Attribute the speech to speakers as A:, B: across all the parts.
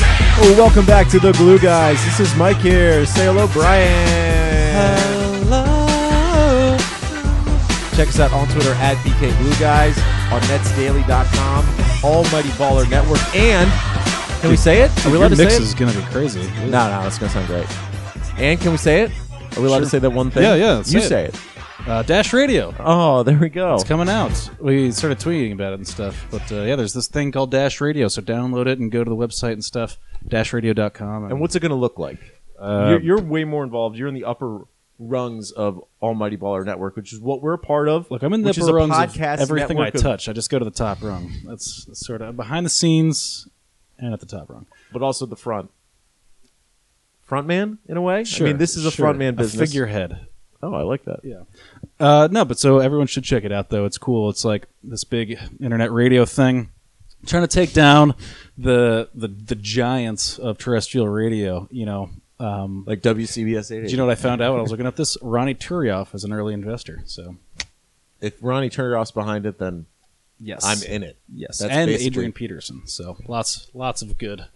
A: welcome back to the Glue Guys. This is Mike here. Say hello, Brian.
B: Hello.
A: Check us out on Twitter at BK Glue Guys, on NetsDaily.com, Almighty Baller Network, and can we say it? Are we allowed
B: Your
A: to
B: mix
A: say it?
B: is gonna be crazy.
A: No, no, that's gonna sound great. And can we say it? Are we allowed to
B: Sure.
A: say that one thing?
B: Yeah, yeah, say
A: you
B: it.
A: say it.
B: Uh, Dash Radio.
A: Oh, there we go.
B: It's coming out. We started tweeting about it and stuff, but uh, yeah, there's this thing called Dash Radio. So download it and go to the website and stuff. Dashradio.com.
A: And what's it gonna look like?
B: Uh,
A: you're, you're way more involved. You're in the upper rungs of Almighty Baller Network, which is what we're a part of.
B: Look, I'm in the
A: which
B: upper
A: is a
B: rungs of
A: podcast
B: everything I
A: network of-
B: touch. I just go to the top rung. That's, that's sort of behind the scenes and at the top rung.
A: but also the front. Front man, in a way.
B: Sure,
A: I mean, this is a
B: sure.
A: front man business.
B: A figurehead.
A: Oh, I like that.
B: Yeah. Uh, no, but so everyone should check it out, though. It's cool. It's like this big internet radio thing, trying to take down the the, the giants of terrestrial radio. You know, um,
A: Like WCBS 88.
B: do you know what I found out when I was looking up this? Ronnie Turioff is an early investor. So
A: if Ronnie Turioff's behind it, then
B: yes,
A: I'm in it.
B: yes,
A: That's
B: and
A: basically-
B: Adrian Peterson. So lots lots of good,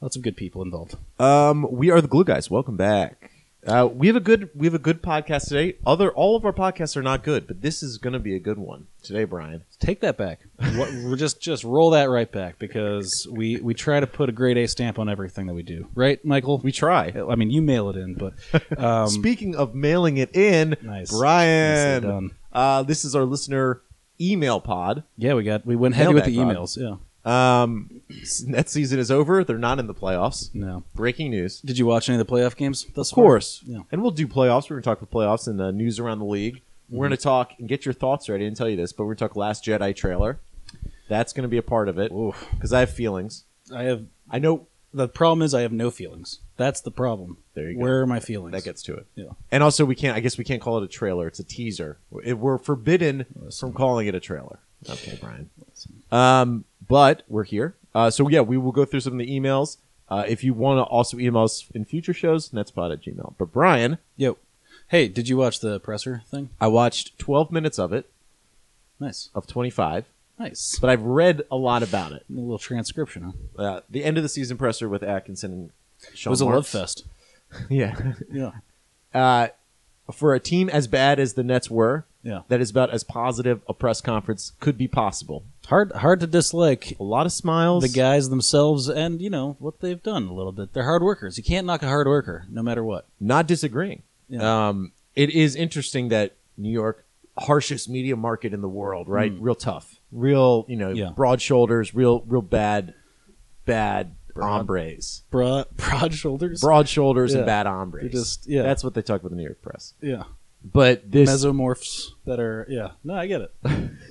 B: lots of good people involved.
A: Um, we are the Glue Guys. Welcome back. Uh, we have a good we have a good podcast today. Other all of our podcasts are not good, but this is going to be a good one today, Brian.
B: Take that back. what, we're just just roll that right back because we we try to put a grade A stamp on everything that we do, right, Michael?
A: We try.
B: I mean, you mail it in, but um,
A: Speaking of mailing it in,
B: Nice.
A: Brian.
B: Nicely done.
A: Uh, this is our listener email pod.
B: yeah, we got we went heavy with the
A: Mailbag
B: emails. Yeah,
A: Um, net season is over. They're not in the playoffs.
B: no.
A: Breaking news.
B: Did you watch any of the playoff games? Thus
A: Of course.
B: Yeah.
A: And we'll do playoffs. We're going to talk about playoffs and uh, news around the league.
B: Mm-hmm.
A: We're going to talk and get your thoughts ready. I didn't tell you this, but we're going to talk Last Jedi trailer. That's going to be a part of it
B: Oof.
A: because I have feelings.
B: far? I have
A: I know
B: the problem is I have no feelings. That's the problem.
A: There you go.
B: Where are my feelings?
A: that gets to it.
B: Yeah.
A: And also, we can't. I guess we can't call it a trailer. It's a teaser. It- We're forbidden from calling it a trailer. Okay, Brian. Um, but we're here. Uh, so yeah, we will go through some of the emails. Uh, if you want to also email us in future shows, netspot at gmail. But Brian,
B: Yo, hey, did you watch the presser thing?
A: I watched 12 minutes of it
B: Nice,
A: of 25,
B: nice.
A: but I've read a lot about it.
B: A little transcription. Huh?
A: Uh, the end of the season presser with Atkinson and
B: It
A: Sean
B: was a love
A: Marks.
B: fest.
A: Yeah.
B: Yeah,
A: Uh, for a team as bad as the Nets were,
B: yeah.
A: that is about as positive a press conference could be possible.
B: Hard, hard to dislike
A: A lot of smiles.
B: the guys themselves and you know what they've done a little bit. They're hard workers. You can't knock a hard worker, no matter what. Uh,
A: not disagreeing.
B: Yeah.
A: Um, it is interesting that New York, harshest media market in the world, right? Real tough, real you know,
B: Yeah.
A: broad shoulders, real real bad, bad
B: Broad-
A: hombres,
B: Broad, broad shoulders.
A: broad shoulders
B: Yeah.
A: and bad hombres.
B: They just- yeah.
A: that's what they talk about in the New York press.
B: Yeah.
A: But this
B: mesomorphs that are yeah no i get it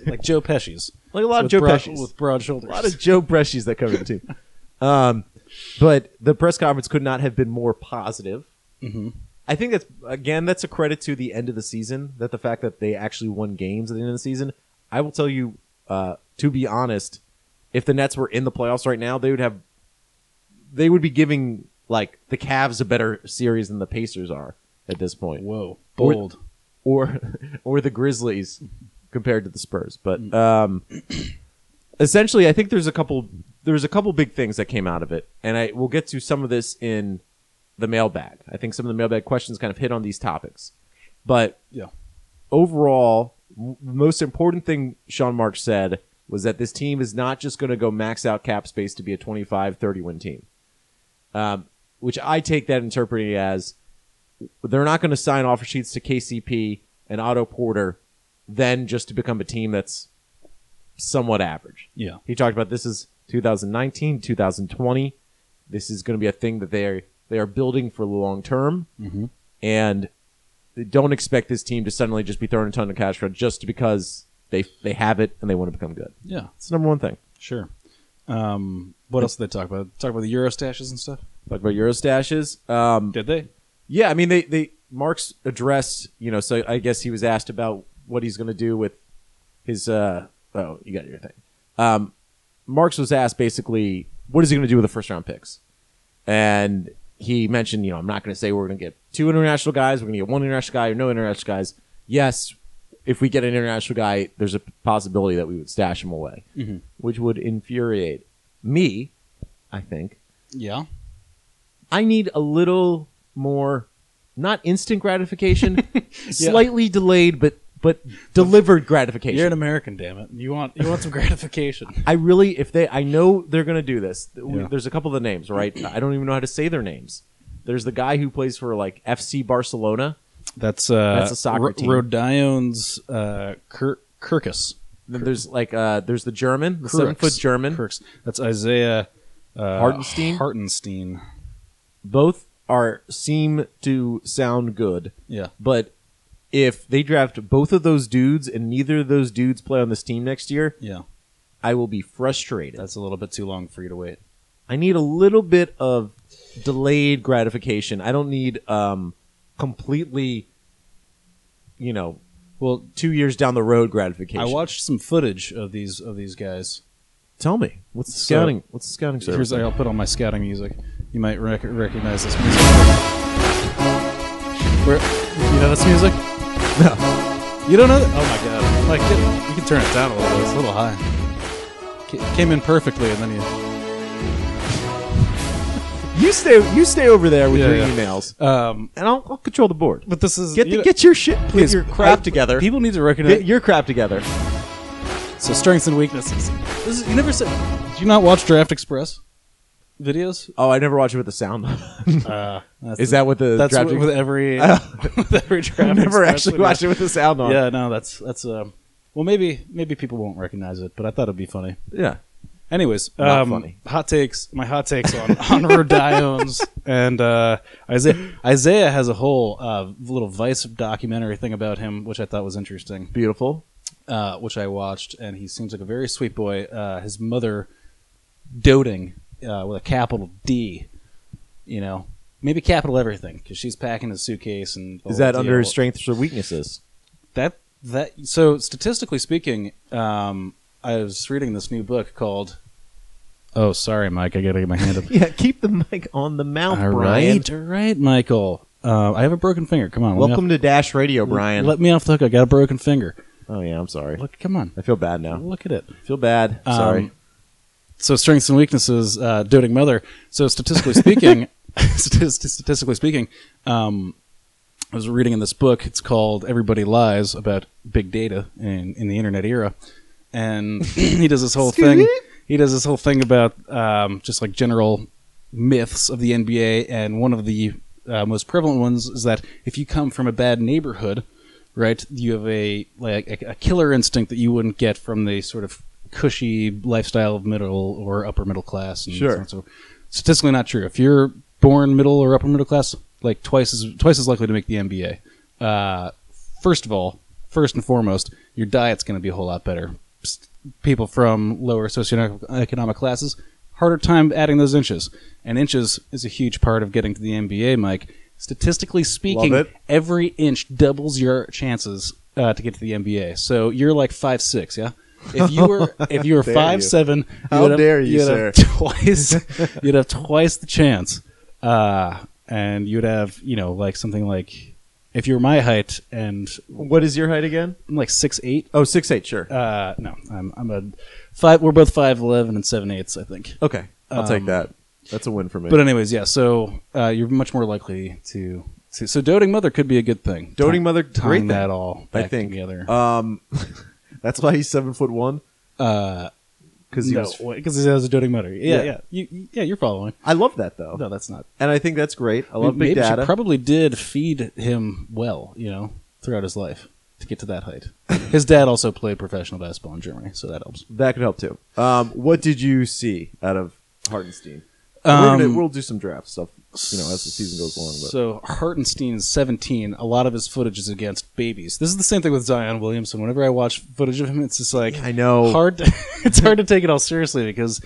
B: like joe pesci's
A: like a lot of
B: With
A: Joe
B: broad-
A: Pesci's.
B: with broad shoulders
A: a lot of Joe Bresci's that covered it too. um, but the press conference could not have been more positive.
B: Mhm.
A: I think that's again that's a credit to the end of the season that the fact that they actually won games at the end of the season. I will tell you, uh, to be honest, if the Nets were in the playoffs right now, they would have they would be giving like the Cavs a better series than the Pacers are at this point
B: whoa
A: Or-
B: bold
A: or or the Grizzlies compared to the Spurs. But um, essentially, I think there's a couple there's a couple big things that came out of it, and I we'll get to some of this in the mailbag. I think some of the mailbag questions kind of hit on these topics, but
B: yeah
A: overall, w- most important thing Sean Marks said was that this team is not just going to go max out cap space to be a 25 30 win team, um, which I take that interpreting as they're not going to sign offer sheets to KCP and Otto Porter then just to become a team that's somewhat average.
B: yeah
A: He talked about this is 2019, 2020. This is going to be a thing that they are they are building for the long term,
B: mm-hmm.
A: and they don't expect this team to suddenly just be throwing a ton of cash around just because they they have it and they want to become good.
B: yeah
A: It's the number one thing.
B: sure um what else did they talk about talk about the euro stashes and stuff
A: Talk about Euro stashes. Um,
B: did they
A: Yeah, I mean they they Marks addressed you know so I guess he was asked about what he's going to do with his uh oh you got your thing. Um, Marks was asked basically what is he going to do with the first round picks, and he mentioned you know I'm not going to say we're going to get two international guys, we're going to get one international guy or no international guys. Yes, if we get an international guy, there's a possibility that we would stash him away, which would infuriate me, I think.
B: yeah
A: I need a little more, not instant gratification, slightly delayed, but but delivered gratification.
B: You're an American, damn it. You want you want some gratification.
A: I really, if they, I know they're going to do this. Th- we-
B: Yeah.
A: There's a couple of the names, right? I don't even know how to say their names. There's the guy who plays for like FC Barcelona.
B: That's uh
A: That's a soccer
B: Ro-
A: team.
B: Rodion's uh Kir- Kirkus.
A: Then there's like, uh, there's the German, the seven foot
B: Kirkus.
A: German.
B: Kirkus. That's Isaiah uh,
A: Hartenstein?
B: Hartenstein.
A: Both are seem to sound good,
B: Yeah.
A: but if they draft both of those dudes and neither of those dudes play on this team next year,
B: Yeah.
A: I will be frustrated.
B: That's a little bit too long for you to wait.
A: I need a little bit of delayed gratification. I don't need um, completely, you know,
B: Well,
A: two years down the road gratification.
B: I watched some footage of these of these guys.
A: Tell me what's the
B: So-
A: scouting? what's the scouting
B: Here's
A: service?
B: I'll put on my scouting music. You might rec- recognize this music. Where you know this music?
A: No.
B: You don't know? That? Oh my god! Like get, you can turn it down a little. bit. It's a little high. Ca- came in perfectly, and then you.
A: You stay. You stay over there with
B: Yeah,
A: your
B: yeah.
A: emails,
B: Um,
A: and I'll, I'll control the board.
B: but this is
A: Get
B: you
A: the,
B: know-
A: get your shit. Get
B: please,
A: your crap
B: I-
A: together.
B: People need to recognize
A: Get your crap together.
B: so strengths and weaknesses. This is, you never said. Did you not watch Draft Express videos?
A: Oh, I never watch it with the sound. on.
B: Uh, that's
A: Is
B: the-
A: that what the
B: that's
A: draft?
B: what, with every
A: Oh.
B: with every Draft
A: I've never
B: Express
A: actually
B: video.
A: watched it with the sound on.
B: Yeah, no, that's that's um. Well, maybe maybe people won't recognize it, but I thought it'd be funny.
A: yeah.
B: Anyways,
A: Not
B: um,
A: funny.
B: hot takes. My hot takes on on Rodion's and uh, Isaiah. Isaiah has a whole uh, little Vice documentary thing about him, which I thought was interesting,
A: Beautiful.
B: uh, which I watched, and he seems like a very sweet boy. Uh, his mother, doting uh, with a capital D, you know, maybe capital everything, because she's packing his suitcase and the
A: Is
B: whole
A: that under
B: deal.
A: his strengths or weaknesses?
B: that that so statistically speaking um i was reading this new book called oh sorry mike i gotta get my hand up
A: Yeah. Keep the mic on the
B: all
A: mouth, Brian.
B: right all right michael uh, i have a broken finger come on let me
A: Welcome to Dash Radio,
B: off-
A: Brian.
B: let me off the hook i got a broken finger
A: oh yeah, I'm sorry.
B: look come on
A: I feel bad now.
B: look at it
A: I feel bad.
B: Um,
A: sorry.
B: so strengths and weaknesses uh, doting mother so statistically speaking statist- statistically speaking um, i was reading in this book it's called everybody lies about big data in, in the internet era and he does this whole thing he does this whole thing about um, just like general myths of the nba and one of the uh, most prevalent ones is that if you come from a bad neighborhood right you have a like a, a killer instinct that you wouldn't get from the sort of cushy lifestyle of middle or upper middle class and
A: Sure.
B: so on and so forth. statistically not true if you're born middle or upper middle class like twice as twice as likely to make the nba uh, first of all first and foremost your diet's going to be a whole lot better Psst, people from lower socioeconomic classes harder time adding those inches and inches is a huge part of getting to the nba mike statistically speaking
A: Love it.
B: every inch doubles your chances uh, to get to the NBA. So you're like five six, yeah. If you were if you were
A: Dare
B: five
A: you.
B: seven,
A: How
B: you'd have-
A: dare you,
B: you'd have twice you'd have twice the chance, uh, and you'd have you know like something like if you were my height and
A: What is your height again?
B: I'm like six eight.
A: Oh, six eight. Sure.
B: Uh, no, I'm I'm a five. We're both five eleven and seven eighths, I think.
A: okay, I'll take
B: um,
A: that. That's a win for me.
B: But anyways, yeah. So uh, you're much more likely to, to. So doting mother could be a good thing.
A: Doting mother, great
B: tying
A: thing.
B: that all
A: I
B: back
A: think.
B: together.
A: Um, that's why he's seven foot one.
B: Uh,
A: Because he was.
B: because he has a doting motor. Yeah,
A: Yeah.
B: yeah, You- you, yeah. You're following.
A: I love that though,
B: No, that's not.
A: and I think that's great. I love
B: Maybe
A: big
B: she
A: data.
B: probably did feed him well, you know, throughout his life to get to that height. His dad also played professional basketball in Germany, so that helps.
A: that could help too. Um, what did you see out of Hardenstein? We're gonna,
B: Um,
A: we'll do some draft stuff, you know, as the season goes along. But
B: So Hartenstein is 17. A lot of his footage is against babies. This is the same thing with Zion Williamson. Whenever I watch footage of him, it's just like
A: I know.
B: hard. To, it's hard to take it all seriously because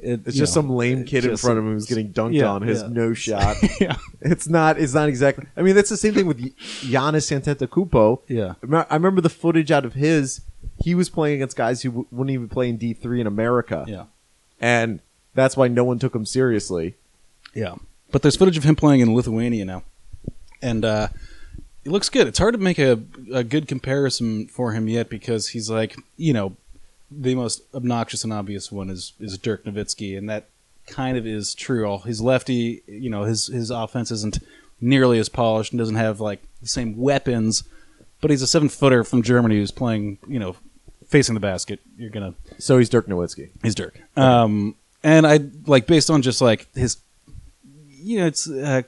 B: it,
A: it's
B: you
A: just
B: know,
A: some lame
B: it
A: kid in
B: just-
A: front of him who's getting dunked
B: Yeah,
A: on. His
B: yeah.
A: no shot.
B: yeah,
A: It's not. It's not exactly. I mean, that's the same thing with Giannis Antetokounmpo.
B: Yeah.
A: I me- I remember the footage out of his. He was playing against guys who w- wouldn't even play in D three in America.
B: yeah.
A: and that's why no one took him seriously.
B: Yeah. But there's footage of him playing in Lithuania now. And uh, it looks good. It's hard to make a, a good comparison for him yet because he's like, you know, the most obnoxious and obvious one is, is Dirk Nowitzki, and that kind of is true. He's lefty. You know, his his offense isn't nearly as polished and doesn't have like the same weapons. But he's a seven footer from Germany who's playing. You know, facing the basket. You're gonna
A: So he's Dirk Nowitzki.
B: He's Dirk. Um, and I like based on just like his, you know, it's uh,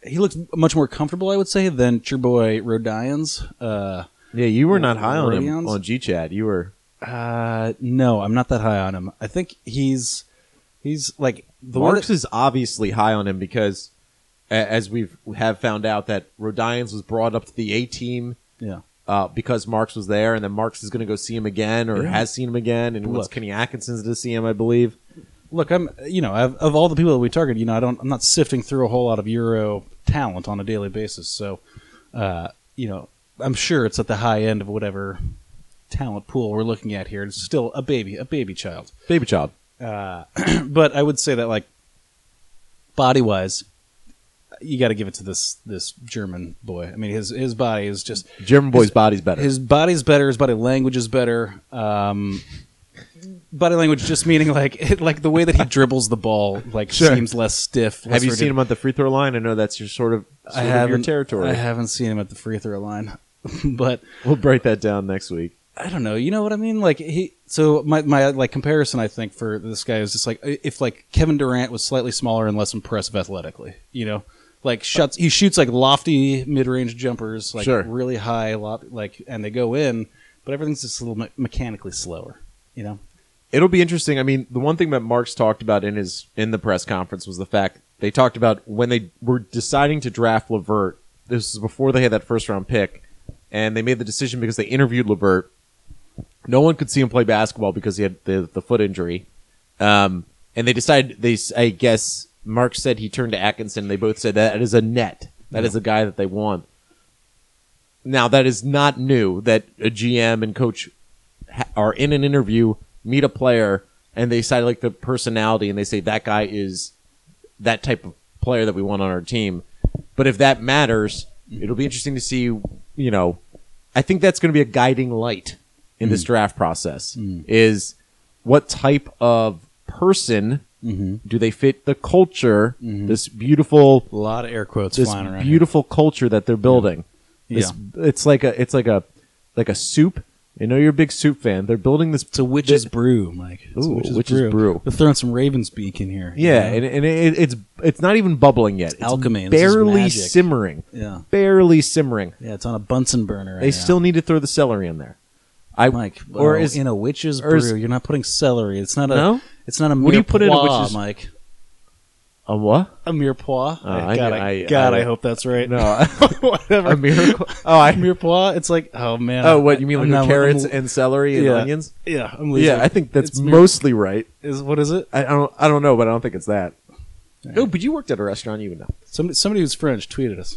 B: he looks much more comfortable, I would say, than your boy Rodions. Uh,
A: Yeah, you were not high on him
B: Radions?
A: on G Chad. You were
B: uh, no, I'm not that high on him. I think he's he's like the way
A: Marks
B: that-
A: is obviously high on him because, a- as we have found out, that Rodions was brought up to the A team
B: yeah.
A: uh, because Marks was there, and then Marks is going to go see him again or
B: Yeah.
A: has seen him again, and wants
B: Look.
A: Kenny Atkinson's to see him, I believe.
B: Look, I'm you know of, of all the people that we target, you know, I don't I'm not sifting through a whole lot of Euro talent on a daily basis, so uh, you know I'm sure it's at the high end of whatever talent pool we're looking at here. It's still a baby, a baby child.
A: Baby child.
B: Uh, but I would say that like body wise, you got to give it to this this German boy. I mean, his his body is just
A: German boy's body's better.
B: his body's better. His body language is better. Um, body language just meaning like it, like the way that he dribbles the ball like
A: Sure.
B: seems less stiff. less
A: have you seen
B: rigid.
A: him at the free throw line? I know that's your sort of,
B: I
A: sort of
B: haven't
A: your territory.
B: I haven't seen him at the free throw line, but
A: We'll break that down next week.
B: I don't know. You know what I mean? Like he. So my my like comparison, I think for this guy is just like if like Kevin Durant was slightly smaller and less impressive athletically. You know, like shots. He shoots like lofty mid range jumpers, like
A: Sure.
B: really high, lob, like and they go in, but everything's just a little me- mechanically slower. You know.
A: It'll be interesting. I mean, the one thing that Marks talked about in his in the press conference was the fact they talked about when they were deciding to draft Lavert. This is before they had that first round pick, and they made the decision because they interviewed Lavert. No one could see him play basketball because he had the the foot injury, um, and they decided they. s- I guess Marks said he turned to Atkinson. They both said that is a net. That is a guy that they want. Now that is not new that a GM and coach ha- are in an interview, meet a player, and they decide like the personality, and they say that guy is that type of player that we want on our team. But if that matters, it'll be interesting to see. You know, I think that's going to be a guiding light in this draft process is what type of person do they fit the culture, this beautiful
B: A lot of air quotes
A: this
B: flying around. here.
A: beautiful culture that they're building.
B: Yeah.
A: This- it's like a it's like a like a soup. I know you're a big soup fan. They're building this
B: It's a witch's brew, Mike. It's a
A: Ooh, witch's brew.
B: They're throwing some Raven's beak in here. you
A: yeah,
B: know?
A: and, and it, it's it's not even bubbling yet. It's
B: alchemy. This is
A: barely
B: magic.
A: simmering,
B: yeah,
A: barely simmering.
B: yeah. It's on a Bunsen burner.
A: They still need to throw the celery in there. I
B: Mike,
A: or
B: well,
A: is
B: in a witch's
A: or
B: brew,
A: is-
B: you're not putting celery. It's not a.
A: No?
B: It's not a.
A: What do you put in a
B: mirepoix,
A: witch's-
B: Mike?
A: a what?
B: A mirepoix.
A: Oh, I
B: God,
A: knew-
B: I,
A: I-
B: God,
A: I-
B: I, hope that's right.
A: No,
B: whatever.
A: a miracle. Oh, I,
B: mirepoix. It's like, oh man.
A: oh, what you mean
B: I'm
A: like
B: not- I'm-
A: with carrots and celery and
B: Yeah.
A: onions?
B: Yeah, I'm losing.
A: Yeah, I think that's
B: It's mir-
A: mostly right.
B: Is what is it?
A: I, I don't I don't know, but I don't think it's that. Oh, but you worked at a restaurant, you would know.
B: Somebody, somebody who's French tweeted us.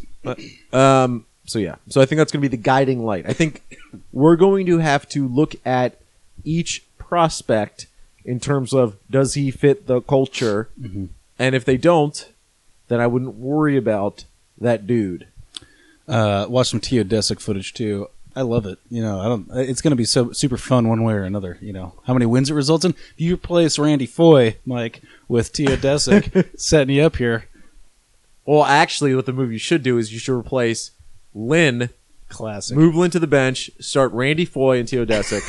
A: Um, so yeah, so I think that's going to be the guiding light. I think we're going to have to look at each prospect in terms of does he fit the culture, and if they don't, then I wouldn't worry about that dude.
B: Uh, watch some Tio Desic footage too. I love it. You know, I don't. It's going to be so super fun one way or another. You know, how many wins it results in. If you replace Randy Foy, Mike, with Tio Desic, setting you up here.
A: Well, actually, what the move you should do is you should replace Lynn,
B: Classic.
A: move Lynn to the bench, start Randy Foy and Teodesic.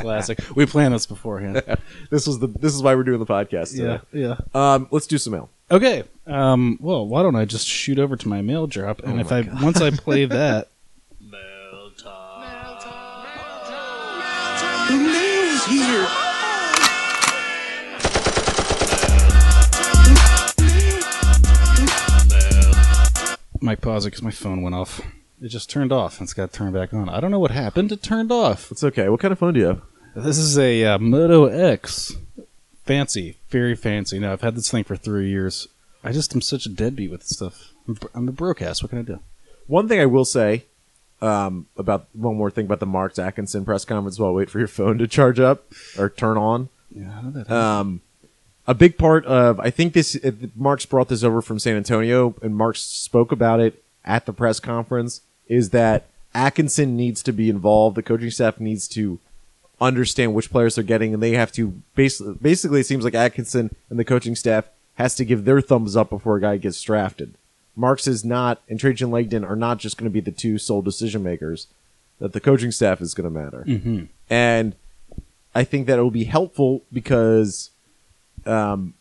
B: Classic. We planned this beforehand.
A: this was the this is why we're doing the podcast. Today.
B: yeah.
A: Um, let's do some mail.
B: Okay. Um, well, why don't I just shoot over to my mail drop, and if I once I play that, Mike, pause it because my phone went off. It just turned off, and it's got turned back on. I don't know what happened. It turned off.
A: It's okay. What kind of phone do you have?
B: This is a uh, Moto X. Fancy, very fancy. Now I've had this thing for three years. I just am such a deadbeat with this stuff. I'm, br- I'm a broadcast. What can I do?
A: One thing I will say um, about one more thing about the Marks Atkinson press conference while I wait for your phone to charge up or turn on.
B: Yeah, how did that happen?
A: Um, a big part of I think this uh, Marks brought this over from San Antonio, and Marks spoke about it at the press conference. Is that Atkinson needs to be involved? The coaching staff needs to understand which players they're getting, and they have to basically basically it seems like Atkinson and the coaching staff has to give their thumbs up before a guy gets drafted. Marks is not, and Trajan Legden are not just going to be the two sole decision makers. That the coaching staff is going to matter, and I think that it will be helpful because um,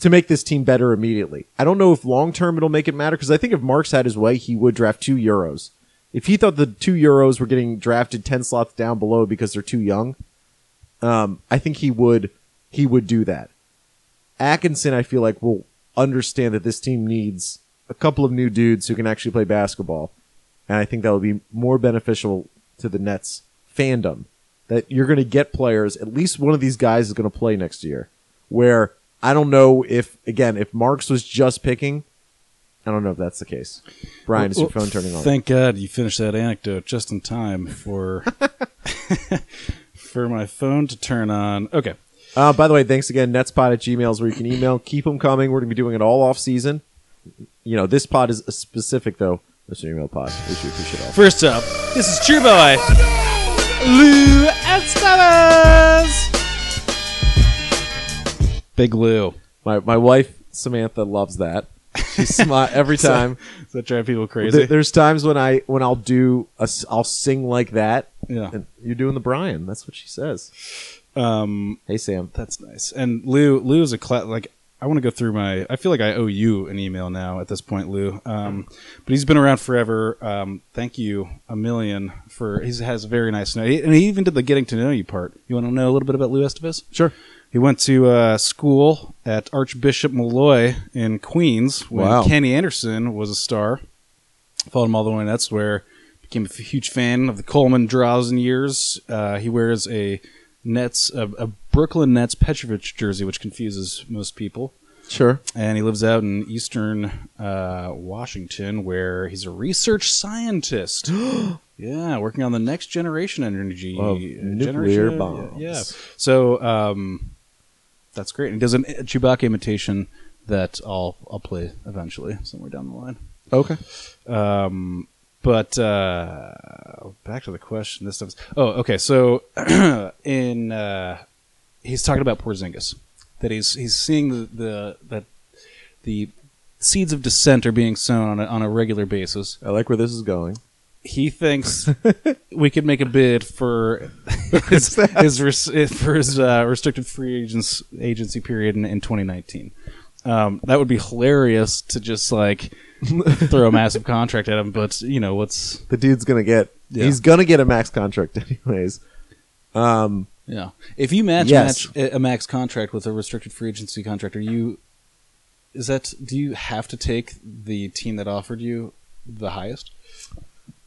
A: to make this team better immediately. I don't know if long term it'll make it matter because I think if Marks had his way, he would draft two Euros. If he thought the two Euros were getting drafted ten slots down below because they're too young, um, I think he would he would do that. Atkinson, I feel like, will understand that this team needs a couple of new dudes who can actually play basketball, and I think that would be more beneficial to the Nets fandom. That you're going to get players. At least one of these guys is going to play next year. Where I don't know if again if Marks was just picking, I don't know if that's the case. Brian, is your
B: Well,
A: phone turning on?
B: Thank God you finished that anecdote just in time for for my phone to turn on. Okay.
A: Uh, by the way, thanks again, netspot at gmail is where you can email. Keep them coming. We're going to be doing it all off season. You know, this pod is a specific, though. That's an email pod. We should push it off.
B: First up, this is True Boy. Lou Estevez. Big Lou.
A: My, my wife, Samantha, loves that. She smi- every time.
B: Does that drive people crazy?
A: Th- there's times when I when I'll do a, s- I'll sing like that.
B: Yeah.
A: And you're doing the Brian. That's what she says.
B: um,
A: Hey, Sam.
B: that's nice. And Lou, Lou is a cla- like. I want to go through my. I feel like I owe you an email now at this point, Lou. Um, but he's been around forever. Um, thank you a million for. He has a very nice note, and he even did the getting to know you part. You want to know a little bit about Lou Estevez?
A: Sure.
B: He went to uh, school at Archbishop Malloy in Queens when
A: Wow.
B: Kenny Anderson was a star. Followed him all the way, and that's where became a f- huge fan of the Coleman Drowsen years. Uh, he wears a Nets, a, a Brooklyn Nets Petrovich jersey, which confuses most people.
A: Sure.
B: And he lives out in eastern uh, Washington, where he's a research scientist. yeah, working on the next generation energy,
A: Of
B: uh,
A: nuclear
B: generation- yeah,
A: bombs.
B: Yeah, so um, that's great. And he does an a Chewbacca imitation that I'll I'll play eventually somewhere down the line.
A: Okay.
B: Um, but uh, back to the question. This stuff's oh okay. So in uh, he's talking about Porzingis that he's he's seeing the, the that the seeds of dissent are being sown on a, on a regular basis.
A: I like where this is going.
B: He thinks we could make a bid for his, his res- for his uh, restricted free agents agency period in, in 2019. Um, that would be hilarious to just like throw a massive contract at him, but you know what's
A: The dude's gonna get.
B: Yeah.
A: He's gonna get a max contract anyways. Um,
B: yeah. If you match,
A: Yes.
B: match a a max contract with a restricted free agency contract, are you is that do you have to take the team that offered you the highest?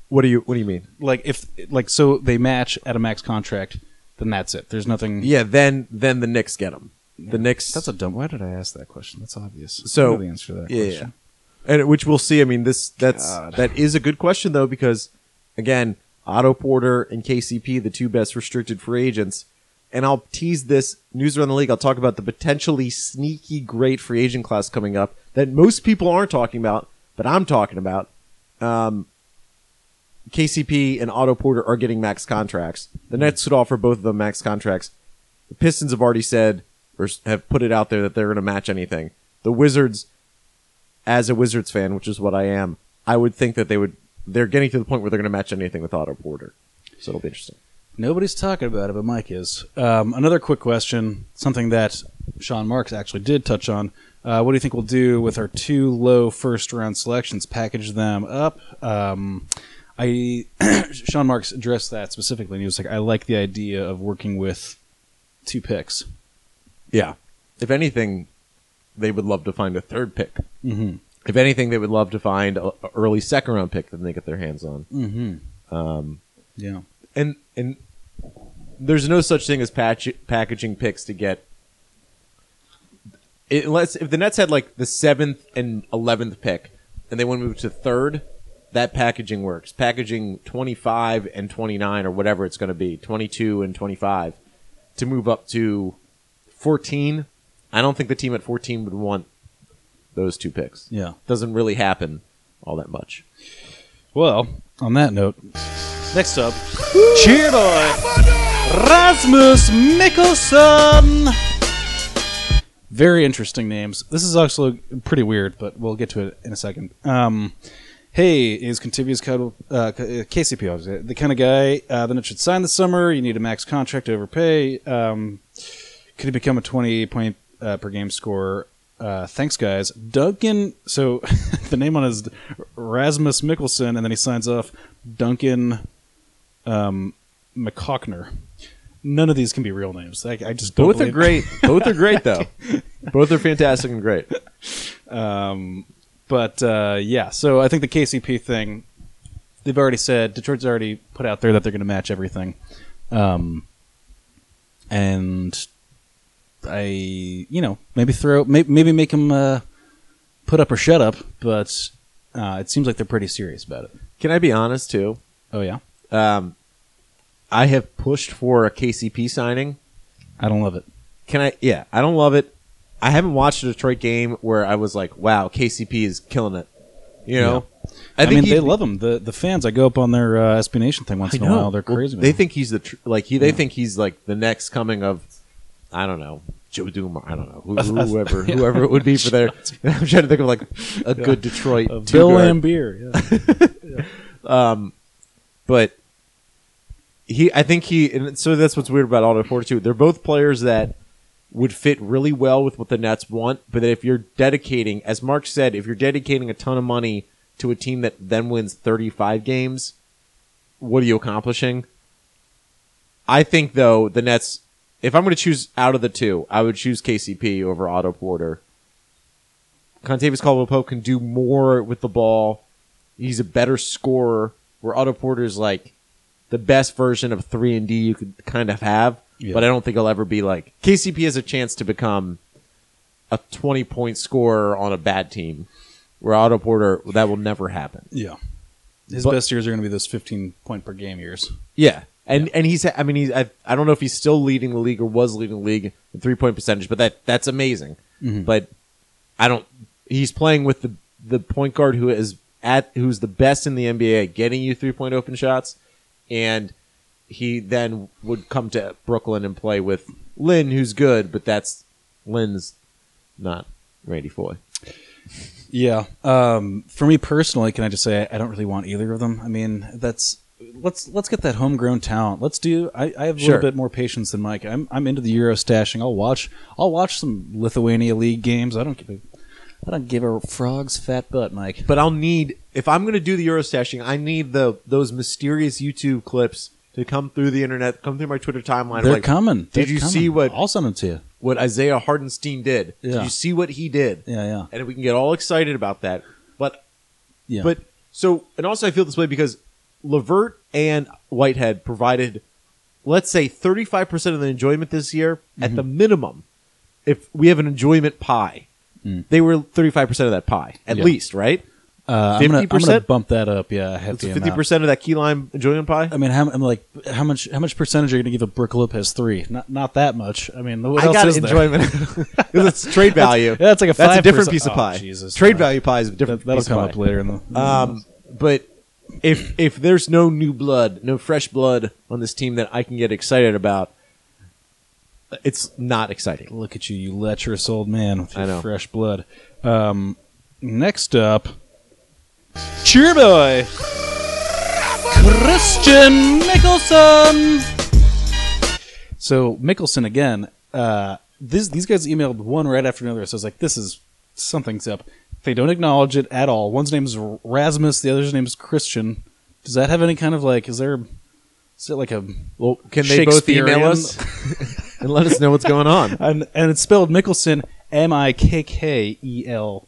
A: what do you What do you mean?
B: Like if like so they match at a max contract, then that's it. There's nothing.
A: Yeah, then then the Knicks get him. The Knicks.
B: That's a dumb. Why did I ask that question? That's obvious.
A: So-
B: I know the answer to that
A: yeah,
B: question.
A: yeah. and which we'll see. I mean, this that's
B: God.
A: that is a good question though because again, Otto Porter and KCP, the two best restricted free agents, and I'll tease this news around the league. I'll talk about the potentially sneaky great free agent class coming up that most people aren't talking about, but I'm talking about. Um, KCP and Otto Porter are getting max contracts. The Nets could offer both of them max contracts. The Pistons have already said or s- have put it out there that they're going to match anything. The Wizards, as a Wizards fan, which is what I am, I would think that they would. They're getting to the point where they're going to match anything with Otto Porter. So it'll be interesting.
B: Nobody's talking about it, but Mike is. Um, another quick question, something that Sean Marks actually did touch on. Uh, what do you think we'll do with our two low first round selections? Package them up. Um, I Sean Marks addressed that specifically, and he was like, "I like the idea of working with two picks."
A: Yeah. If anything, they would love to find a third pick.
B: Mm-hmm.
A: If anything, they would love to find a, a early second round pick that they get their hands on.
B: Mm-hmm. Um, yeah.
A: and and there's no such thing as patch, packaging picks to get unless if the Nets had like the seventh and eleventh pick and they want to move to third, that packaging works. Packaging twenty five and twenty nine or whatever it's going to be, twenty two and twenty five to move up to fourteen. I don't think the team at fourteen would want those two picks.
B: Yeah.
A: doesn't really happen all that much.
B: Well, on that note, next up, cheer boy. Rasmus Mikkelsen. Very interesting names. This is also pretty weird, but we'll get to it in a second. Um, hey, is Contivious Cod- uh, K- uh, KCP obviously, the kind of guy uh, the Nets should sign this summer? You need a max contract to overpay. Um, could he become a 20 point uh, per game scorer? Uh, thanks, guys. Duncan. So the name on his Rasmus Mikkelsen, and then he signs off Duncan um, McCockner. None of these can be real names. I, I just don't
A: Both are
B: believe-
A: great. Both are great though. Both are fantastic and great.
B: Um, but uh, yeah, so I think the KCP thing, they've already said Detroit's already put out there that they're going to match everything, um, and I, you know, maybe throw, maybe, maybe make them uh, put up or shut up. But uh, it seems like they're pretty serious about it.
A: Can I be honest too?
B: Oh yeah,
A: Um, I have pushed for a KCP signing.
B: I don't love it.
A: Can I? Yeah, I don't love it. I haven't watched a Detroit game where I was like, "Wow, KCP is killing it." You know,
B: I, mean,
A: he-
B: they love him. The the fans. I go up on their uh, SB Nation thing once
A: I
B: in a
A: know.
B: while. They're
A: Well,
B: crazy.
A: They
B: man.
A: think he's the tr- like he. They think he's like the next coming of, I don't know, Joe Dumar. I don't know who, whoever whoever it would be for their. I'm trying to think of like a good Detroit
B: Of
A: two
B: Bill
A: guard.
B: Lambier. Yeah.
A: but he I think he and so that's what's weird about Auto Fortitude. They're both players that would fit really well with what the Nets want, but if you're dedicating, as Mark said, if you're dedicating a ton of money to a team that then wins 35 games, what are you accomplishing? I think though the Nets, if I'm going to choose out of the two, I would choose KCP over Otto Porter. Contavious Caldwell Pope can do more with the ball. He's a better scorer. Where Otto Porter is like the best version of three and D you could kind of have,
B: Yeah.
A: but I don't think he'll ever be like KCP has a chance to become a 20 point scorer on a bad team. Where Otto Porter, that will never happen.
B: Yeah. His
A: But-
B: best years are going to be those 15 point per game years.
A: Yeah. And and he's I mean he's I, I don't know if he's still leading the league or was leading the league in three point percentage, but that that's amazing. But I don't he's playing with the the point guard who is at who's the best in the NBA at getting you three point open shots and he then would come to Brooklyn and play with Lynn who's good, but that's Lynn's not Randy Foy.
B: Yeah. Um, for me personally, can I just say I don't really want either of them? I mean, that's let's let's get that homegrown talent. Let's do. I, I have a
A: Sure.
B: little bit more patience than Mike. I'm I'm into the Euro stashing. I'll watch. I'll watch some Lithuania league games. I don't give a I don't give a frog's fat butt, Mike.
A: but I'll need if I'm going to do the Eurostashing, I need the those mysterious YouTube clips to come through the internet, come through my Twitter timeline.
B: They're
A: like,
B: coming. They're
A: Did you
B: coming.
A: see what
B: I'll send them to you.
A: what Isaiah Hardenstein did? Did
B: Yeah.
A: you see what he did?
B: Yeah, yeah,
A: And we can get all excited about that. But
B: yeah.
A: but so and also I feel this way because Levert and Whitehead provided let's say 35% of the enjoyment this year at the
B: Mm-hmm.
A: minimum. If we have an enjoyment pie, they were 35% of that pie at
B: Mm. Yeah.
A: least, right?
B: uh, I'm gonna- I'm gonna
A: 50%?
B: bump that up. Yeah, a hefty
A: Fifty
B: amount.
A: percent of that key lime enjoyment pie.
B: I mean, how, I'm like, how much? How much percentage are you going to give a Brook Lopez three? Not, not that much. I mean, what
A: I
B: else
A: got
B: is there?
A: enjoyment because it's trade value.
B: yeah, that's like a
A: that's a
B: 5%.
A: different piece of
B: Oh,
A: pie.
B: Jesus
A: trade
B: Christ.
A: value pie is a different.
B: That, that'll
A: piece of
B: come
A: pie.
B: up later in the.
A: Um, but if if there's no new blood, no fresh blood on this team that I can get excited about, it's not exciting.
B: Look at you, you lecherous old man with
A: I know.
B: your fresh blood. Um, next up, cheer boy, Christian Mickelson. So Mickelson again. Uh, this, these guys emailed one right after another. So I was like, this is something's up. They don't acknowledge it at all. One's name's Rasmus, the other's name's Christian. Does that have any kind of like? Is there? Is it like a?
A: Well, can they both email
B: Shakespearean-
A: us and let us know what's going on?
B: and and it's spelled Mickelson, M I K K E L,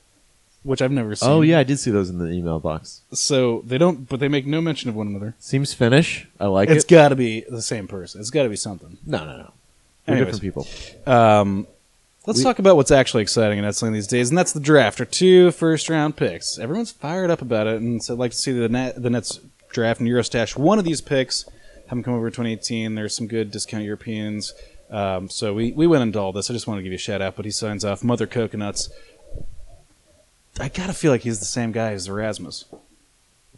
B: which I've never seen.
A: Oh yeah, I did see those in the email box.
B: So they don't, but they make no mention of one another.
A: Seems Finnish. I like
B: It's
A: it.
B: got to be the same person. It's got to be something.
A: No, no, no. We're
B: Anyways.
A: different people.
B: Um, let's talk about what's actually exciting in wrestling these days, and that's the draft. Our two first round picks. Everyone's fired up about it, and so I'd like to see the net, the Nets draft and Eurostash one of these picks. Have them come over in 2018. There's some good discount Europeans. Um, so we, we went into all this. I just want to give you a shout out, but he signs off Mother Coconuts. I gotta feel like he's the same guy as Erasmus.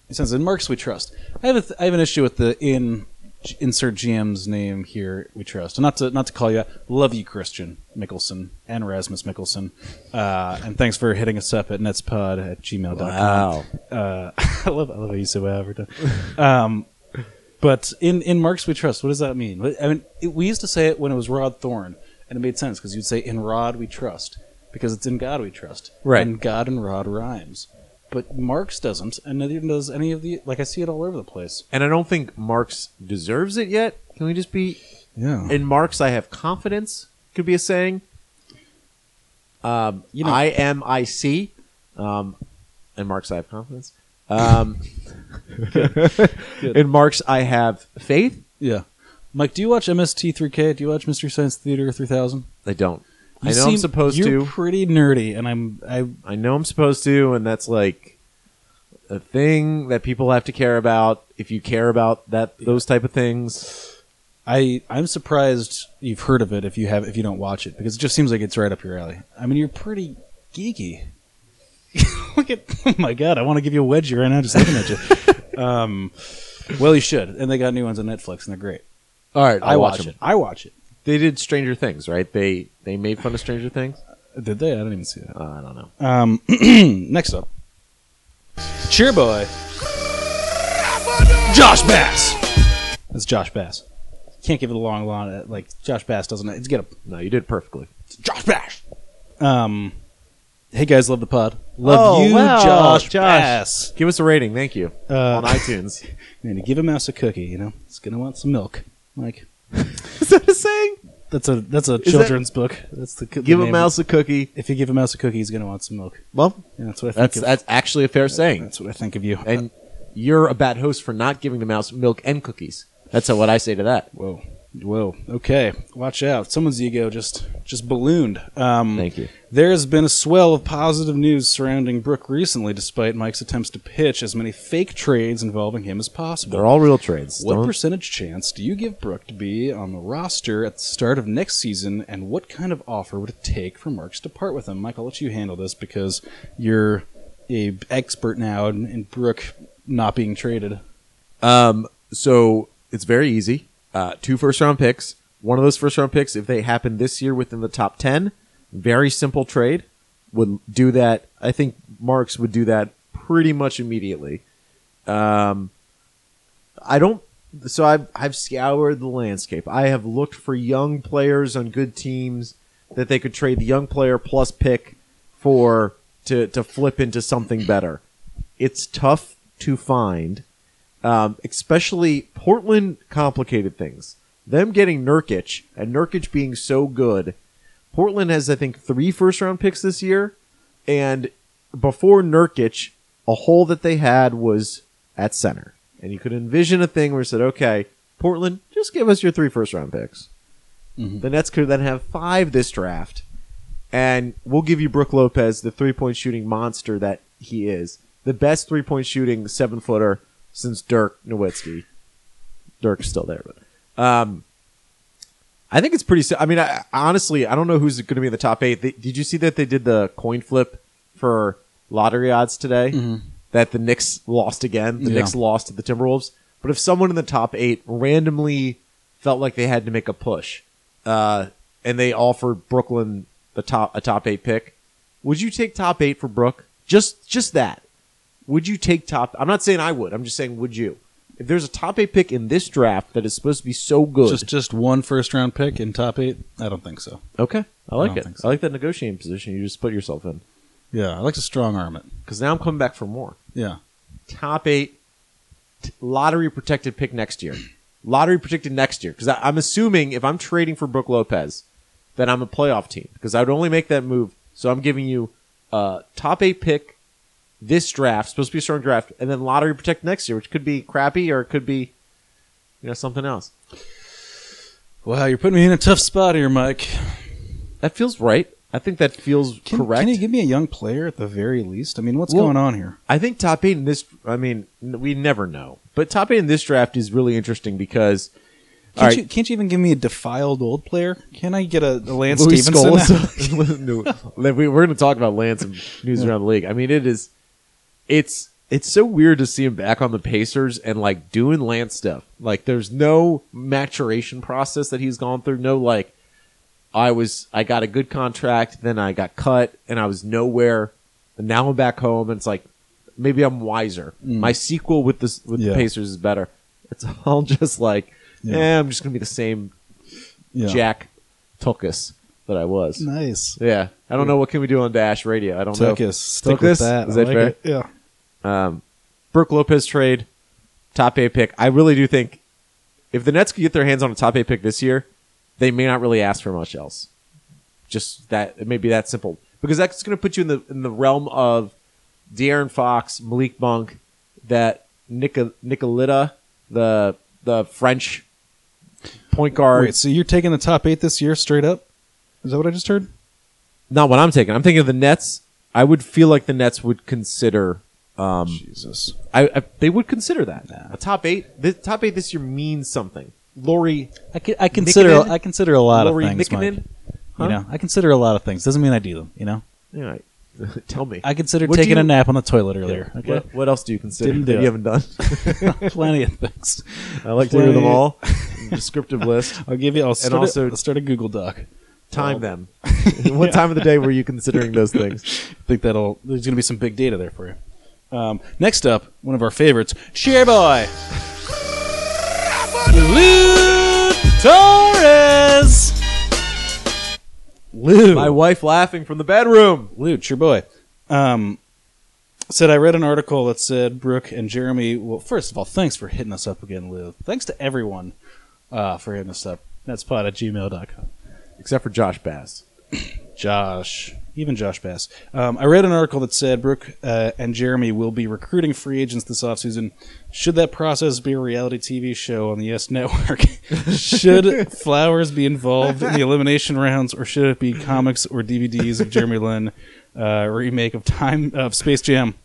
B: He says, "In Marks we trust." I have a th- I have an issue with the in G- insert GM's name here. We trust, and not to not to call you out. Love you, Christian Mickelson and Rasmus Mickelson, uh, and thanks for hitting us up at netspod at gmail.com.
A: Wow.
B: Uh, I love I love how you say wow every time. Um, but in in Marx we trust. What does that mean? What- I mean, it, we used to say it when it was Rod Thorne, and it made sense because you'd say in Rod we trust because it's in God we trust.
A: Right.
B: And God and Rod rhymes, but Marx doesn't, and neither does any of the like I see it all over the place.
A: And I don't think Marx deserves it yet. Can we just be
B: Yeah.
A: in Marx? I have confidence. Could be a saying. Um,
B: You know-
A: I am I C. Um, in Marx, I have confidence. Um,
B: Good.
A: In Marx, I have faith.
B: yeah. Mike, do you watch MST3K? Do you watch Mystery Science Theater 3000?
A: I don't.
B: You
A: I know
B: seem-
A: I'm supposed
B: you're
A: to.
B: pretty nerdy, and I'm I
A: I know I'm supposed to, and that's like a thing that people have to care about. If you care about that, those type of things.
B: I I'm surprised you've heard of it if you have if you don't watch it because it just seems like it's right up your alley. I mean, you're pretty geeky. Look at oh my god! I want to give you a wedgie right now just looking at you. um, well, you should. And they got new ones on Netflix, and they're great.
A: All right,
B: I watch it. I watch it.
A: They did Stranger Things, right? They they made fun of Stranger Things.
B: Did they? I didn't even see that.
A: Uh, I don't know.
B: Um, next up, cheer boy, Josh Bass. That's Josh Bass. Can't give it a long line. Like Josh Bass doesn't. It's get a
A: No, you did perfectly.
B: Josh Bash. Um, hey guys, love the pod. Love
A: Oh,
B: you,
A: wow,
B: Josh,
A: Josh.
B: Bass.
A: Give us a rating, thank you,
B: Uh,
A: on iTunes.
B: Man, you give a mouse a cookie, you know, it's gonna want some milk. Like
A: Is that a saying?
B: that's a that's a
A: that-
B: children's book. That's the the
A: Give a
B: name.
A: mouse a cookie.
B: If you give a mouse a cookie, he's gonna want some milk.
A: Well,
B: Yeah, that's what I think.
A: that's
B: of,
A: that's actually a fair saying.
B: that's what I think of you.
A: And you're a bad host for not giving the mouse milk and cookies. That's what I say to that.
B: whoa, whoa. Okay, watch out. Someone's ego just just ballooned. Um,
A: Thank you.
B: There has been a swell of positive news surrounding Brooke recently, despite Mike's attempts to pitch as many fake trades involving him as possible.
A: They're all real trades.
B: What
A: Don't-
B: percentage chance do you give Brooke to be on the roster at the start of next season, and what kind of offer would it take for Marks to part with him? Mike, I'll let you handle this because you're a expert now in, in Brooke not being traded.
A: Um, so it's very easy. Uh, two first round picks. One of those first round picks, if they happen this year within the top 10, very simple trade, would do that. I think Marks would do that pretty much immediately. Um, I don't. So I've I've scoured the landscape. I have looked for young players on good teams that they could trade the young player plus pick for to to flip into something better. It's tough to find, um, especially Portland. Complicated things. Them getting Nurkic and Nurkic being so good. Portland has I think three first round picks this year, and before Nurkic, a hole that they had was at center. And you could envision a thing where you said, okay, Portland, just give us your three first round picks. The Nets could then have five this draft. And we'll give you Brooke Lopez, the three point shooting monster that he is. The best three point shooting seven footer since Dirk Nowitzki. Dirk's still there, but um, I think it's pretty. si- I mean, I, I- honestly, I don't know who's going to be in the top eight. They, did you see that they did the coin flip for lottery odds today? That the Knicks lost again. The
B: Yeah.
A: Knicks lost to the Timberwolves. But if someone in the top eight randomly felt like they had to make a push, uh, and they offered Brooklyn the top a top eight pick, would you take top eight for Brook? Just just that. Would you take top? I'm not saying I would. I'm just saying would you? If there's a top eight pick in this draft that is supposed to be so good,
B: Just just one first round pick in top eight? I don't think so.
A: Okay, I like
B: don't
A: it.
B: think
A: I like that negotiating position you just put yourself in.
B: Yeah, I like to strong arm it.
A: Because now I'm coming back for more.
B: Yeah.
A: Top eight t- lottery protected pick next year. Lottery protected next year. Because I'm assuming if I'm trading for Brooke Lopez, then I'm a playoff team. Because I would only make that move. So I'm giving you a top eight pick this draft, supposed to be a strong draft, and then lottery protect next year, which could be crappy or it could be, you know, something else.
B: Wow, you're putting me in a tough spot here, Mike.
A: That feels right. I think that feels
B: Can,
A: correct.
B: Can you give me a young player at the very least? I mean, what's
A: Well-
B: going on here?
A: I think top eight in this. I mean, n- we never know, but top eight in this draft is really interesting because.
B: Can't,
A: right.
B: you, can't you even give me a defiled old player? Can I get a, a Lance
A: Louis
B: Stevenson?
A: Scolas- No, we- we're going to talk about Lance and news around the league. I mean, it is. It's it's so weird to see him back on the Pacers and like doing Lance stuff. Like there's no maturation process that he's gone through. No like I was I got a good contract, then I got cut and I was nowhere. And now I'm back home and it's like maybe I'm wiser. My sequel with this with
B: Mm. Yeah.
A: the Pacers is better. It's all just like
B: Yeah.
A: eh, I'm just gonna be the same
B: Yeah.
A: Jack Tuckus that I was.
B: Nice.
A: Yeah. I don't know what can we do on Dash Radio. I don't know.
B: Tuckus. Stick
A: Tuckus?
B: with that.
A: Is
B: I
A: that
B: like
A: fair?
B: it. Yeah.
A: Um, Brooke Lopez trade, top eight pick. I really do think if the Nets could get their hands on a top eight pick this year, they may not really ask for much else. Just that it may be that simple because that's going to put you in the in the realm of De'Aaron Fox, Malik Monk, that Nico, Nicolita, the the French point guard.
B: Wait, so you're taking the top eight this year straight up? Is that what I just heard?
A: Not what I'm taking. I'm thinking of the Nets. I would feel like the Nets would consider. Um,
B: Jesus.
A: I, I they would consider that a top eight. The top eight this year means something. Lori,
B: I, can, I consider
A: Nikkinen?
B: I consider a lot
A: Lori
B: of things. Mike.
A: Nikkinen. Huh?
B: You know, I consider a lot of things. Doesn't mean I do them. You know,
A: Yeah, tell me.
B: I considered
A: What do
B: taking
A: you-
B: a nap on the toilet earlier.
A: What-
B: Okay,
A: What, else do you consider
B: Didn't do it.
A: that you haven't done?
B: plenty of things.
A: I like
B: to hear them all.
A: Descriptive list.
B: I'll give you. I'll start,
A: also-
B: a, I'll start a Google Doc.
A: Time them. what time of the day were you considering those things?
B: I think that'll. There's going to be some big data there for you. Um, next up, one of our favorites, Shareboy. Lou Torres. Lou.
A: My wife laughing from the bedroom.
B: Luch, your boy, um, said I read an article that said Brooke and Jeremy. Well, first of all, thanks for hitting us up again, Lou. Thanks to everyone uh, for hitting us up. That's pod at gmail.com.
A: Except for Josh Bass.
B: Josh, even Josh Bass. Um, I read an article that said Brooke uh, and Jeremy will be recruiting free agents this offseason. Should that process be a reality TV show on the Yes Network? should Flowers be involved in the elimination rounds, or should it be comics or DVDs of Jeremy Lin uh, remake of Time of Space Jam?